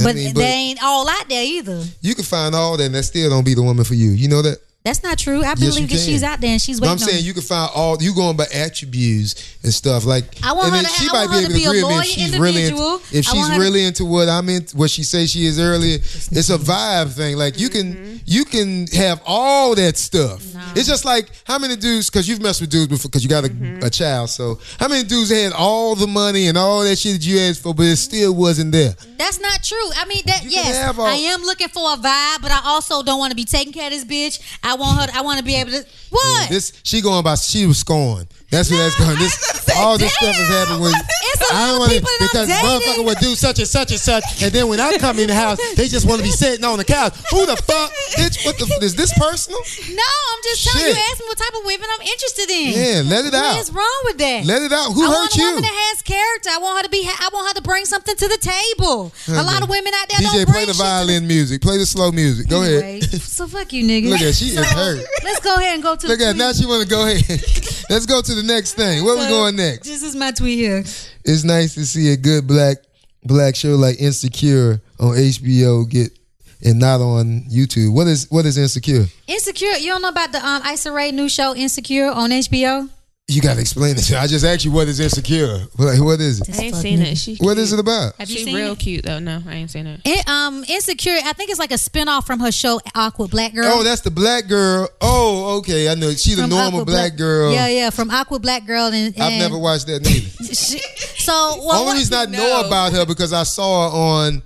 I but mean, they ain't all out there either. you can find all that, and that still don't be the woman for you. You know that. That's not true. I you believe that can. she's out there and she's But waiting. I'm saying on you can find all you going by attributes and stuff like. I want and her then to- I want her to be a if loyal she's really into, individual. if I want she's her to- really into what I'm into, what she says she is earlier. It's a vibe thing. Like you Mm-hmm. can you can have all that stuff. It's just like how many dudes because you've messed with dudes before because you got a, Mm-hmm. a child. So how many dudes had all the money and all that shit that you asked for, but it still wasn't there. That's not true. I mean, that You can yes, have all- I am looking for a vibe, but I also don't want to be taking care of this bitch. I want her. I want to be able to. What? This she going by she was scorned. That's what that's going. *laughs* This all this stuff is happening when It's a I lot of don't want it people that because I'm dating. motherfucker would do such and such and such, and then when I come in the house, they just *laughs* want to be sitting on the couch. Who the fuck, bitch? What the f- is this personal? no, I'm just telling you. Shit. Ask me what type of women I'm interested in. Yeah, let it What out. is wrong with that? Let it out. Who I hurt want a you? woman that has character. I want her to be. I want her to bring something to the table. A lot of women out there DJ, don't bring play the shit to violin music. Play the slow music. Go anyway, *laughs* ahead. so fuck you, nigga. Look at she is hurt. Let's go ahead and go to Look the at now tweet. she want to go ahead. *laughs* Let's go to the next thing. Where we going next? This is my tweet here. it's nice to see a good black black show like Insecure on HBO get and not on YouTube. What is what is Insecure? Insecure. You don't know about the um, Issa Rae new show Insecure on HBO? You gotta explain it. I just asked you what is Insecure. Like what is it? I ain't seen it. She What is it about? Have you she seen real it? cute though. No, I ain't seen it. It, um, Insecure. I think it's like a spinoff from her show Aqua Black Girl. Oh, that's the black girl. Oh, okay. I know she the From normal Aqua black girl. Yeah, yeah, from Aqua Black Girl and, I've and- never watched that neither. She- so well, Only what- reason I know No. about her because I saw her on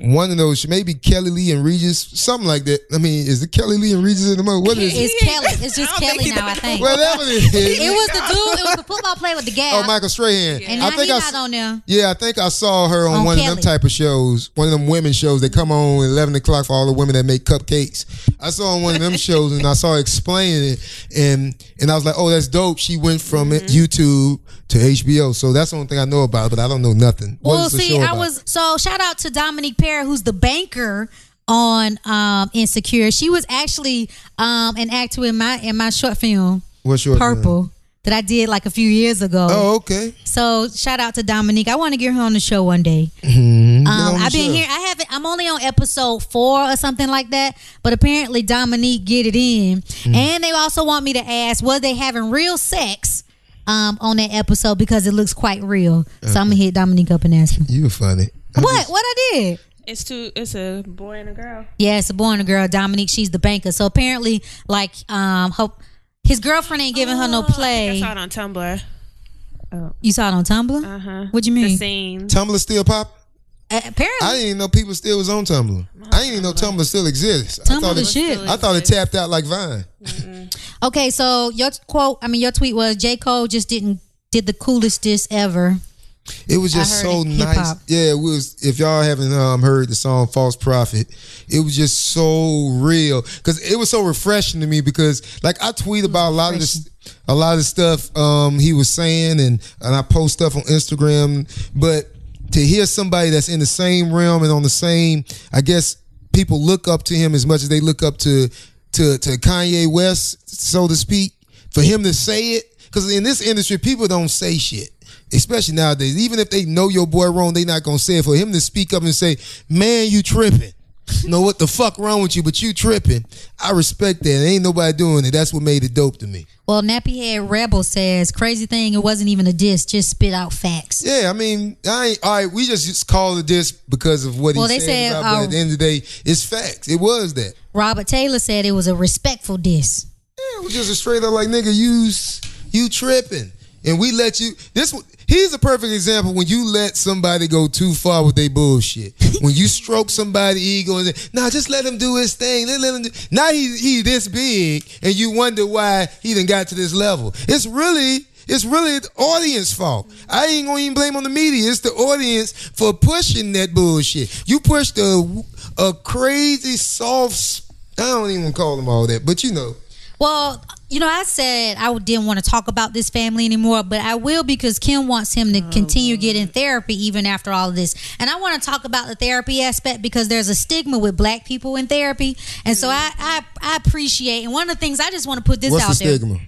one of those maybe Kelly Lee and Regis, something like that. I mean, is it Kelly Lee and Regis in the mode? What is it? *laughs* it's Kelly. It's just I don't Kelly think he now. I think Whatever it is. it was the dude. It was the football player with the Oh, gap. Michael Strahan. and now I think he I, not s- on there. yeah, I think I saw her on, On one of them Kelly. type of shows, one of them women shows. They come on at eleven o'clock for all the women that make cupcakes. I saw on one *laughs* of them shows and I saw her explaining it, and and I was like, oh, that's dope. She went from it Mm-hmm. YouTube to HBO, so that's the only thing I know about. But I don't know nothing. What Well, is the see, show I about? was so shout out to Dominique Perry, who's the banker on um, Insecure. She was actually um, an actor in my in my short film What's your Purple that I did like a few years ago. Oh, okay. So shout out to Dominique. I want to get her on the show one day. Um, Mm-hmm. on the I've been show. here. I haven't. I'm only on episode four or something like that. But apparently Dominique get it in, Mm-hmm. and they also want me to ask was they having real sex um, on that episode because it looks quite real. So I'm gonna hit Dominique up and ask him. You were funny. I What? just- What I did? It's two. It's a boy and a girl. Yeah, it's a boy and a girl. Dominique, she's the banker. So apparently, like, um, hope his girlfriend ain't giving her no Oh, I, play. saw it on Tumblr. you saw it on Tumblr. Uh huh. What do you The mean? scene. Tumblr still pop? Uh, apparently, I didn't even know people still was on Tumblr. I didn't even know Tumblr still exists. I Tumblr thought is it- shit. I thought it tapped out like Vine. Okay, so your quote, I mean, your tweet was J. Cole just didn't did the coolest diss ever. It was just heard so it, nice. hip-hop. Yeah, it was. If y'all haven't um, heard the song "False Prophet," it was just so real because it was so refreshing to me. Because like I tweet about a lot of this, a lot of stuff um, he was saying, and and I post stuff on Instagram. But to hear somebody that's in the same realm and on the same, I guess people look up to him as much as they look up to to to Kanye West, so to speak. For him to say it, because in this industry, people don't say shit. Especially nowadays, even if they know your boy wrong, they not gonna say it. For him to speak up and say, "Man, you tripping," know what the fuck wrong with you? But you tripping. I respect that. Ain't nobody doing it. That's what made it dope to me. Well, Nappy Head Rebel says, crazy thing, it wasn't even a diss, just spit out facts. Yeah, I mean, I ain't, all right. We just, just called it this because of what Well, he they said. said, about, but uh, at the end of the day, it's facts. It was that. Robert Taylor said it was a respectful diss. Yeah, it was just a straight up like nigga, you s- you tripping, and we let you. This one- he's a perfect example when you let somebody go too far with their bullshit. when you stroke somebody's ego and say, nah, just let him do his thing. Let, let him do. Now he he this big, and you wonder why he done got to this level. It's really. It's really the audience fault. I ain't gonna even blame on the media. It's the audience for pushing that bullshit. You pushed a, a crazy soft. s- I don't even call them all that, but you know. Well, you know, I said I didn't want to talk about this family anymore, but I will because Kim wants him to Oh. continue getting therapy even after all of this. And I want to talk about the therapy aspect because there's a stigma with black people in therapy. And so I, I, I appreciate, and one of the things I just want to put this What's out the there. stigma?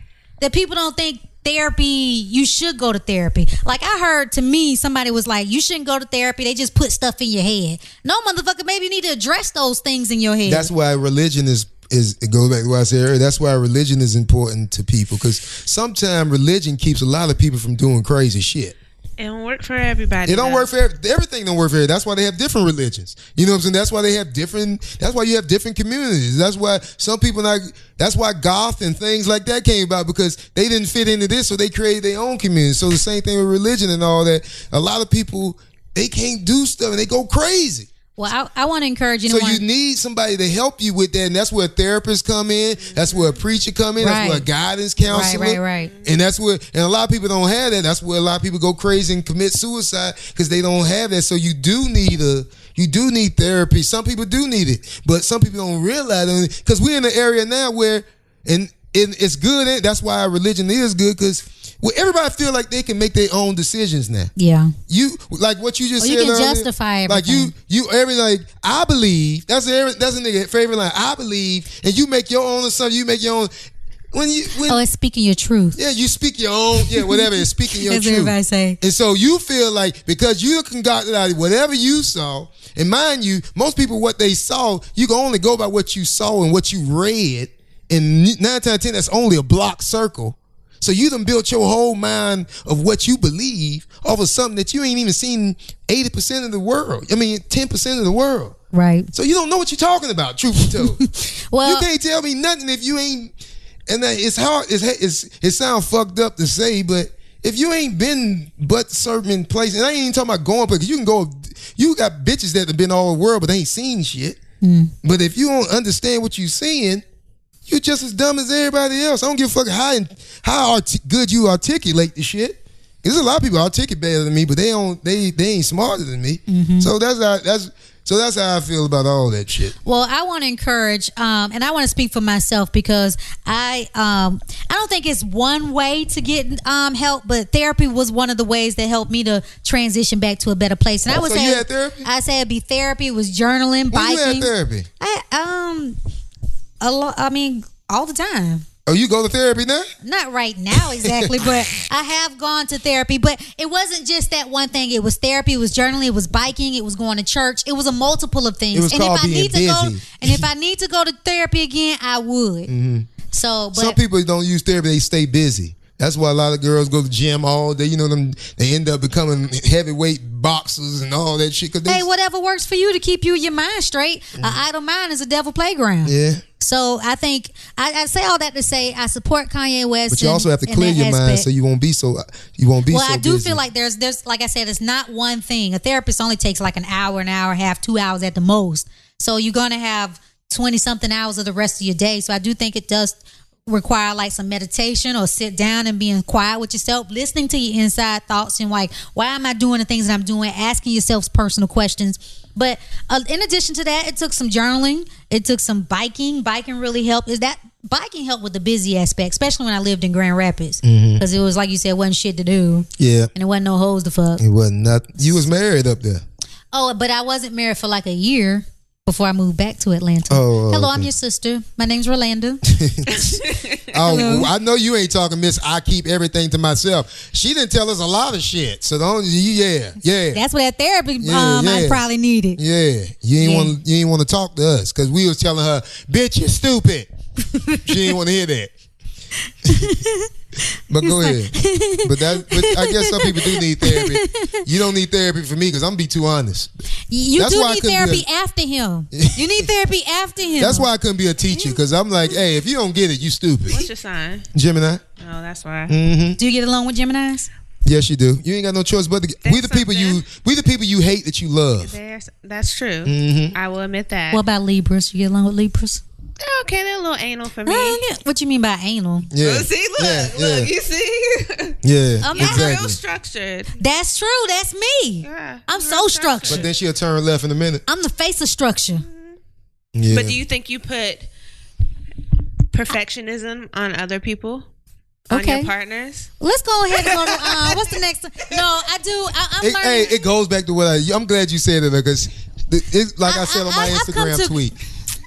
that people don't think therapy you should go to therapy like i heard to me somebody was like you shouldn't go to therapy they just put stuff in your head no motherfucker maybe you need to address those things in your head That's why religion is is it goes back to what I said earlier. That's why religion is important to people because sometimes religion keeps a lot of people from doing crazy shit. It don't work for everybody. It don't though. work for every- everything. Don't work for every- that's why they have different religions. You know what I'm saying? That's why they have different. That's why you have different communities. That's why some people not. That's why goth and things like that came about because they didn't fit into this, so they created their own community. So the same thing with religion and all that. A lot of people they can't do stuff and they go crazy. well i, I want to encourage So anyone you need somebody to help you with that, and that's where therapists come in. That's where a preacher come in. That's Right. where a guidance counselor. Right, right, right. And that's where, and a lot of people don't have that. That's where a lot of people go crazy and commit suicide because they don't have that. So you do need a, you do need therapy. Some people do need it, but some people don't realize it because we're in an area now where, and, and it's good. And that's why religion is good because well, everybody feel like they can make their own decisions now yeah you like what you just Well, said. Oh, you can earlier, justify Like you, you every like I believe. That's every, that's a nigga favorite line. I believe, and you make your own assumption. You make your own when you when oh it's speaking your truth yeah you speak your own yeah whatever. It's speaking your That's what truth. everybody say. And so you feel like because you conducted out of whatever you saw, and mind you, most people what they saw, you can only go by what you saw and what you read. And nine times out of ten, that's only a block circle. So you done built your whole mind of what you believe off of something that you ain't even seen eighty percent of the world. I mean, ten percent of the world. right So you don't know what you're talking about. Truth be told. *laughs* well you can't tell me nothing if you ain't. And that it's hard. It's, it's it sounds fucked up to say, but if you ain't been but certain places, and I ain't even talking about going places. You can go. You got bitches that have been all over the world, but they ain't seen shit. Hmm. But if you don't understand what you seeing, you just as dumb as everybody else. I don't give a fuck how how art- good you articulate the shit. 'Cause There's a lot of people articulate better than me, but they don't. They they ain't smarter than me. Mm-hmm. So that's how that's so that's how I feel about all that shit. Well, I want to encourage, um, and I want to speak for myself because I um, I don't think it's one way to get um, help, but therapy was one of the ways that helped me to transition back to a better place. And I would Oh, so say you had therapy? I say it'd be therapy. It was journaling, When you had biking. therapy? I um, a lot. I mean, all the time Oh, you go to therapy now? not right now *laughs* exactly, but I have gone to therapy. But it wasn't just that one thing. It was therapy. It was journaling. It was biking. It was going to church. It was a multiple of things. It was and called if I being need to go, busy. Mm-hmm. and if I need to go to therapy again, I would. So, but Some people don't use therapy; they stay busy. That's why a lot of girls go to gym all day. You know them; they end up becoming heavyweight boxers and all that shit. Cause they, hey, whatever works for you to keep you your mind straight. An idle mind is a devil playground. Mm-hmm. yeah. So I think I, I say all that to say I support Kanye West. But you in- also have to in clear that your mind aspect. so you won't be so you won't be. Well, so I do busy. feel like there's there's like I said, it's not one thing. A therapist only takes like an hour, an hour and a half, two hours at the most. So you're gonna have twenty something hours of the rest of your day. So I do think it does require like some meditation or sit down and being quiet with yourself, listening to your inside thoughts and like why am I doing the things that I'm doing, asking yourself personal questions. But uh, in addition to that, it took some journaling. It took some biking. Biking really helped. Is that biking helped with the busy aspect, especially when I lived in Grand Rapids, Mm-hmm. because it was like you said, wasn't shit to do yeah, and it wasn't no hoes to fuck. it wasn't nothing. You was married up there. Oh, but I wasn't married for like a year. before I moved back to Atlanta. Oh, Hello, okay. I'm your sister. My name's Rolanda. Oh, Hello. I know you ain't talking, Miss. I keep everything to myself. She didn't tell us a lot of shit. So don't. you- Yeah, yeah, That's what that therapy Yeah, um, yeah. I probably needed. yeah. You ain't Yeah. want. You ain't want to talk to us because we was telling her, "Bitch, you're *laughs* stupid." she ain't want to hear that. but go ahead. But that. But I guess some people *laughs* do need therapy. You don't need therapy for me because I'm gonna be too honest. You That's do why I need couldn't therapy do after *laughs* him. You need therapy after him. That's why I couldn't be a teacher because I'm like, hey, if you don't get it, you stupid. What's your sign? Gemini. Mm-hmm. Oh, that's why. Mm. Do you get along with Gemini's? Yes, you do. You ain't got no choice but to. Get, we the people you. We the people you hate that you love. There's, that's true. I will admit that. What about Libras? You get along with Libras? They're okay, they're a little anal for me. Uh, yeah. What you mean by anal? Yeah. Oh, See, look, yeah, yeah, look, you see? *laughs* yeah, I'm not I'm real exactly. structured. That's true. That's me. Yeah, I'm real so structured. structured. But then she'll turn left in a minute. I'm the face of structure. Yeah. But do you think you put perfectionism on other people? On Okay. your partners? *laughs* Let's go ahead and go to uh, what's the next? No, I do. I, I'm It- learning. hey, it goes back to what I. I'm glad you said it because, it, like I, I- said on I- my I- I've come Instagram to- tweet,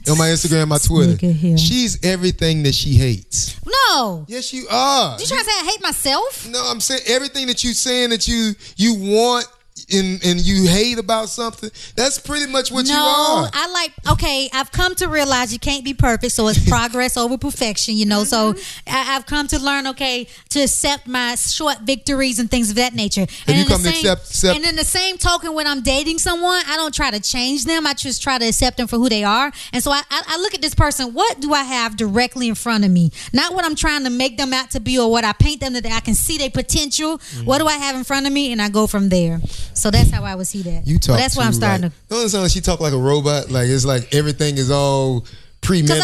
on my Instagram, my Twitter, Nigga here. she's everything that she hates. no, Yes, you are. you trying to say I hate myself? No, I'm saying everything that you saying that you you want and and you hate about something. That's pretty much what you No, are. I like. Okay, I've come to realize you can't be perfect, so *laughs* it's progress over perfection. You know, so Mm-hmm. I, I've come to learn. Okay, to accept my short victories and things of that nature. and in you the come to same- accept- accept- And in the same token, when I'm dating someone, I don't try to change them. I just try to accept them for who they are. And so I, I, I look at this person. What do I have directly in front of me? Not what I'm trying to make them out to be or what I paint them that I can see their potential. What Mm. do I have in front of me? And I go from there. So that's how I would see that. you But talk. that's why too, I'm starting like, to. Don't it sound like she talk like a robot. Like it's like everything is all premeditated.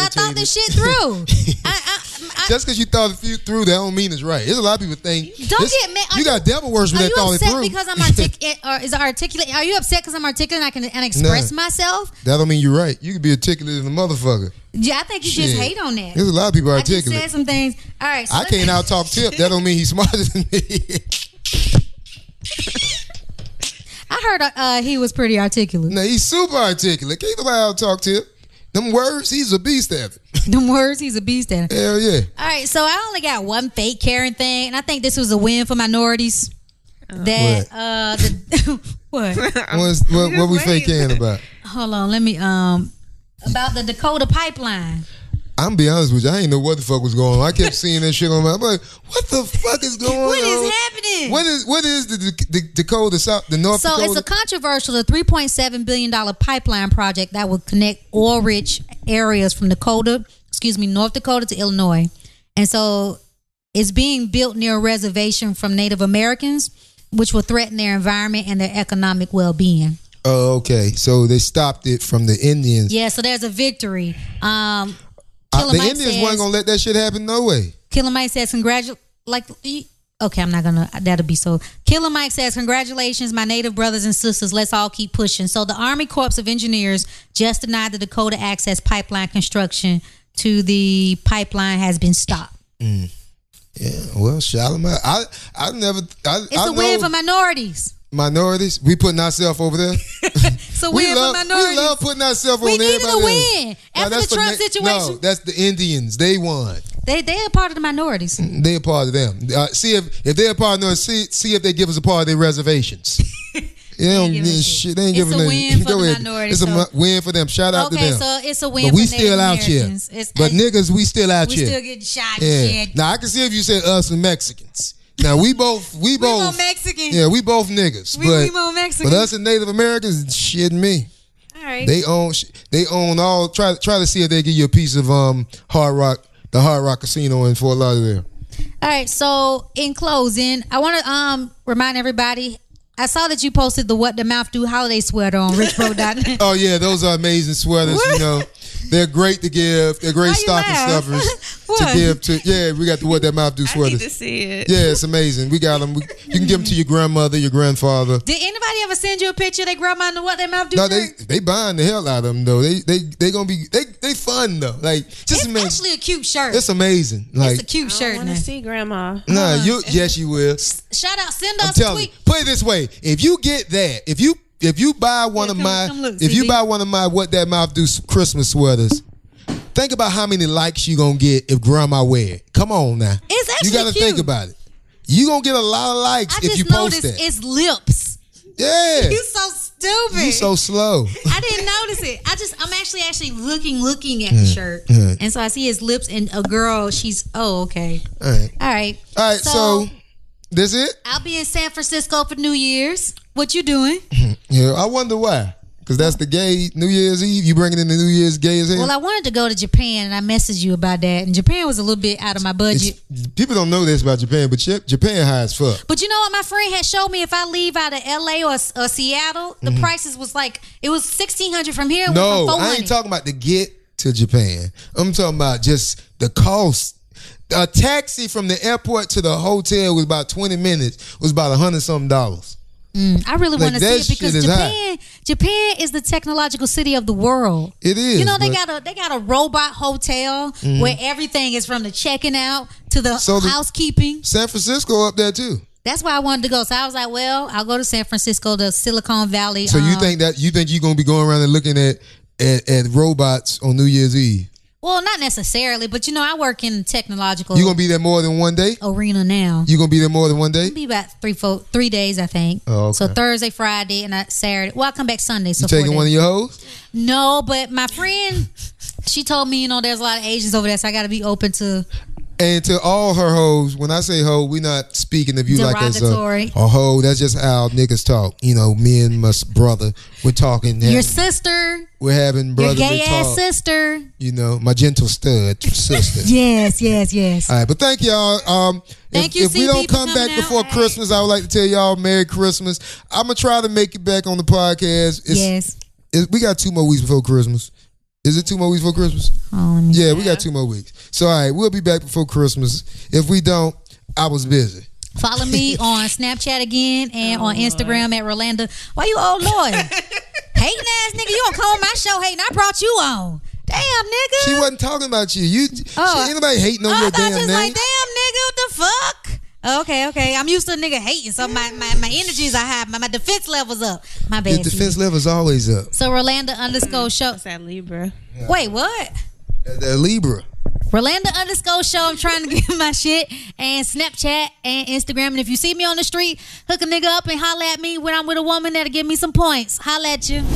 Because I thought this shit *laughs* through. I, I, I, Just because you thought it through, through, that don't mean it's right. There's a lot of people think. Don't this- get mad- You got devil worse are than you thought it upset through. because *laughs* I'm articulate? or is I articulate? Are you upset because I'm articulate and I can and express myself? that don't mean you're right. You could be articulate as a motherfucker. Yeah, I think you just Shit. hate on that. There's a lot of people I just articulate. said some things. All right, so I let's- can't out talk Tip. That don't mean he's *laughs* smarter than me. I heard uh, uh, he was pretty articulate. *laughs* no, he's super articulate. Can't nobody out talk Tip. Them words, he's a beast at it. Them words, he's a beast at. it. Hell yeah. All right, so I only got one fake Karen thing, and I think this was a win for minorities. That What? uh, the, *laughs* *laughs* what? What's, what what we faking about? Hold on, let me um about the Dakota pipeline. I'm be honest with you. I ain't know what the fuck was going on. I *laughs* kept seeing that shit on my. I'm like, what the fuck is going What on? is happening? What is what is the the, the Dakota South the North So Dakota? it's a controversial the three point seven billion dollar pipeline project that will connect oil rich areas from Dakota, excuse me, North Dakota to Illinois. And so it's being built near a reservation from Native Americans, which will threaten their environment and their economic well being. oh, okay. So they stopped it from the Indians. Yeah, so there's a victory. Um Uh, Killer the Mike Indians says- weren't gonna let that shit happen. No way. Killer Mike says, congratulate. Like, e- okay, I'm not gonna. That'll be so. Killer Mike says, congratulations, my native brothers and sisters. Let's all keep pushing. So the Army Corps of Engineers just denied the Dakota Access Pipeline construction to the pipeline has been stopped. Yeah. Well, Shalimar, I I never. I, It's I a win know for minorities. minorities. We putting ourselves over there. It's *laughs* a we win love for minorities. we love putting ourselves We on needed a everybody. else. win No, after that's the for Trump na- situation. No, that's the Indians. They won. they they are part of the minorities. They a part of them. Uh, see if if they're a part of them, see see if they give us a part of their *laughs* reservations. They don't giving give a shit. shit. They ain't It's giving a them- win for Go the ahead. minority, It's a so- mi- win for them. Shout out Okay, to them. so it's a win. but for we Native still out here. Americans. It's- But uh, niggas, we still out we here. still getting shot. yeah. and shit. Now I can see if you said us and Mexicans. Now we both we we, more both Mexican. yeah we both niggas. We- but, we more Mexican. But us and Native Americans, shit me. All right. They own sh- they own all. Try try to see if they give you a piece of um Hard Rock the Hard Rock Casino in Fort Lauderdale. All right. So in closing, I want to um remind everybody. I saw that you posted the What the Mouth Do holiday sweater on *laughs* richbro.net. Oh yeah, those are amazing sweaters. You know, they're great to give. They're great Why you stocking laugh? *laughs* stuffers to What? give to. Yeah, we got the what that mouth do I need to sweaters. see it. Yeah, it's amazing. We got them. We, you can give them to your grandmother, your grandfather. Did anybody ever send you a picture of their grandma and the What Their Mouth Do? No, they shirt? they buying the hell out of them though. They they they gonna be they they fun though. Like just it's amazing. actually a cute shirt. It's it's amazing. Like a cute I shirt. want now. to see grandma. nah, you yes you will. Shout out, send I'm us a telling you. tweet. Put it this way: if you get that, if you if you buy one Yeah, of come- my come look, if you CB. buy one of my what that mouth do s- Christmas sweaters, think about how many likes you gonna get if grandma wear it. Come on now, It's actually you gotta cute. think about it. You gonna get a lot of likes I if just you post noticed that. it's lips. *laughs* yeah, You so stupid. you so slow. *laughs* I didn't notice it. I just I'm actually actually looking looking at the shirt, and so I see his lips and a girl. She's oh okay. All right, All right. all right. So, that's it. I'll be in San Francisco for New Year's. What you *laughs* doing? Yeah, I wonder why. Cause that's the gay New Year's Eve. You bringing in the New Year's gay as hell. Well, I wanted to go to Japan, and I messaged you about that. And Japan was a little bit out of my budget. It's- people don't know this about Japan, but Jap- Japan high as fuck. But you know what? My friend had showed me if I leave out of L.A. or, or Seattle, the prices was like it was sixteen hundred from here. it went Mm-hmm. No, from I 400. ain't talking about to get to Japan. I'm talking about just the cost. A taxi from the airport to the hotel was about 20 minutes, was about a hundred something dollars. I really Like, want to see that it because shit is hot. Japan, Japan is the technological city of the world. It is. you know they but- got a they got a robot hotel where everything is from the checking out to the Mm-hmm. So the- housekeeping. San Francisco up there too. That's why I wanted to go. So I was like, well, I'll go to San Francisco, the Silicon Valley. So you um, think that you think you're gonna be going around and looking at at, at robots on New Year's Eve? Well, not necessarily, but you know, I work in technological You gonna be there more than one day? arena now. You gonna be there more than one day? be about three four three days, I think. Oh, okay. So Thursday, Friday, and I, Saturday. Well, I come back Sunday. So You taking four one of days. your hoes? No, but my friend, she told me, you know, there's a lot of Asians over there, so I got to be open to. And to all her hoes, when I say hoe, we not speaking of you like that's a, Derogatory. a hoe. That's just how niggas talk. You know, me and my s- brother, we're talking. Your Having, sister, we're having your brotherly gay ass talk. sister. You know, my gentle stud *laughs* sister. Yes, yes, yes. All right, but thank y'all. Um, Thank if, you, If we CP, don't for come coming back out. before All right. Christmas, I would like to tell y'all Merry Christmas. I'm gonna try to make it back on the podcast. It's, yes. it's- we got two more weeks before Christmas. Is it two more weeks before Christmas? Oh, let me- Yeah, we got two more weeks. So all right, we'll be back before Christmas. If we don't, I was busy. Follow *laughs* me on Snapchat again and on Instagram at Rolanda. Why you old *laughs* Lord? hating ass nigga, you gonna come on my show hating. I brought you on. Damn nigga. She wasn't talking about you. You Oh. she, anybody hating on I your thought you damn was name? like, damn nigga, what the fuck? Okay, okay. I'm used to a nigga hating, so my, my, my energies are high. My, my defense level's up. My Your bad. defense level's always up. so Rolanda underscore show. What's that Libra? Wait, what? That- that Libra. Rolanda underscore show. I'm trying to get *laughs* my shit and Snapchat and Instagram. And if you see me on the street, hook a nigga up and holla at me when I'm with a woman that'll give me some points. Holla at you.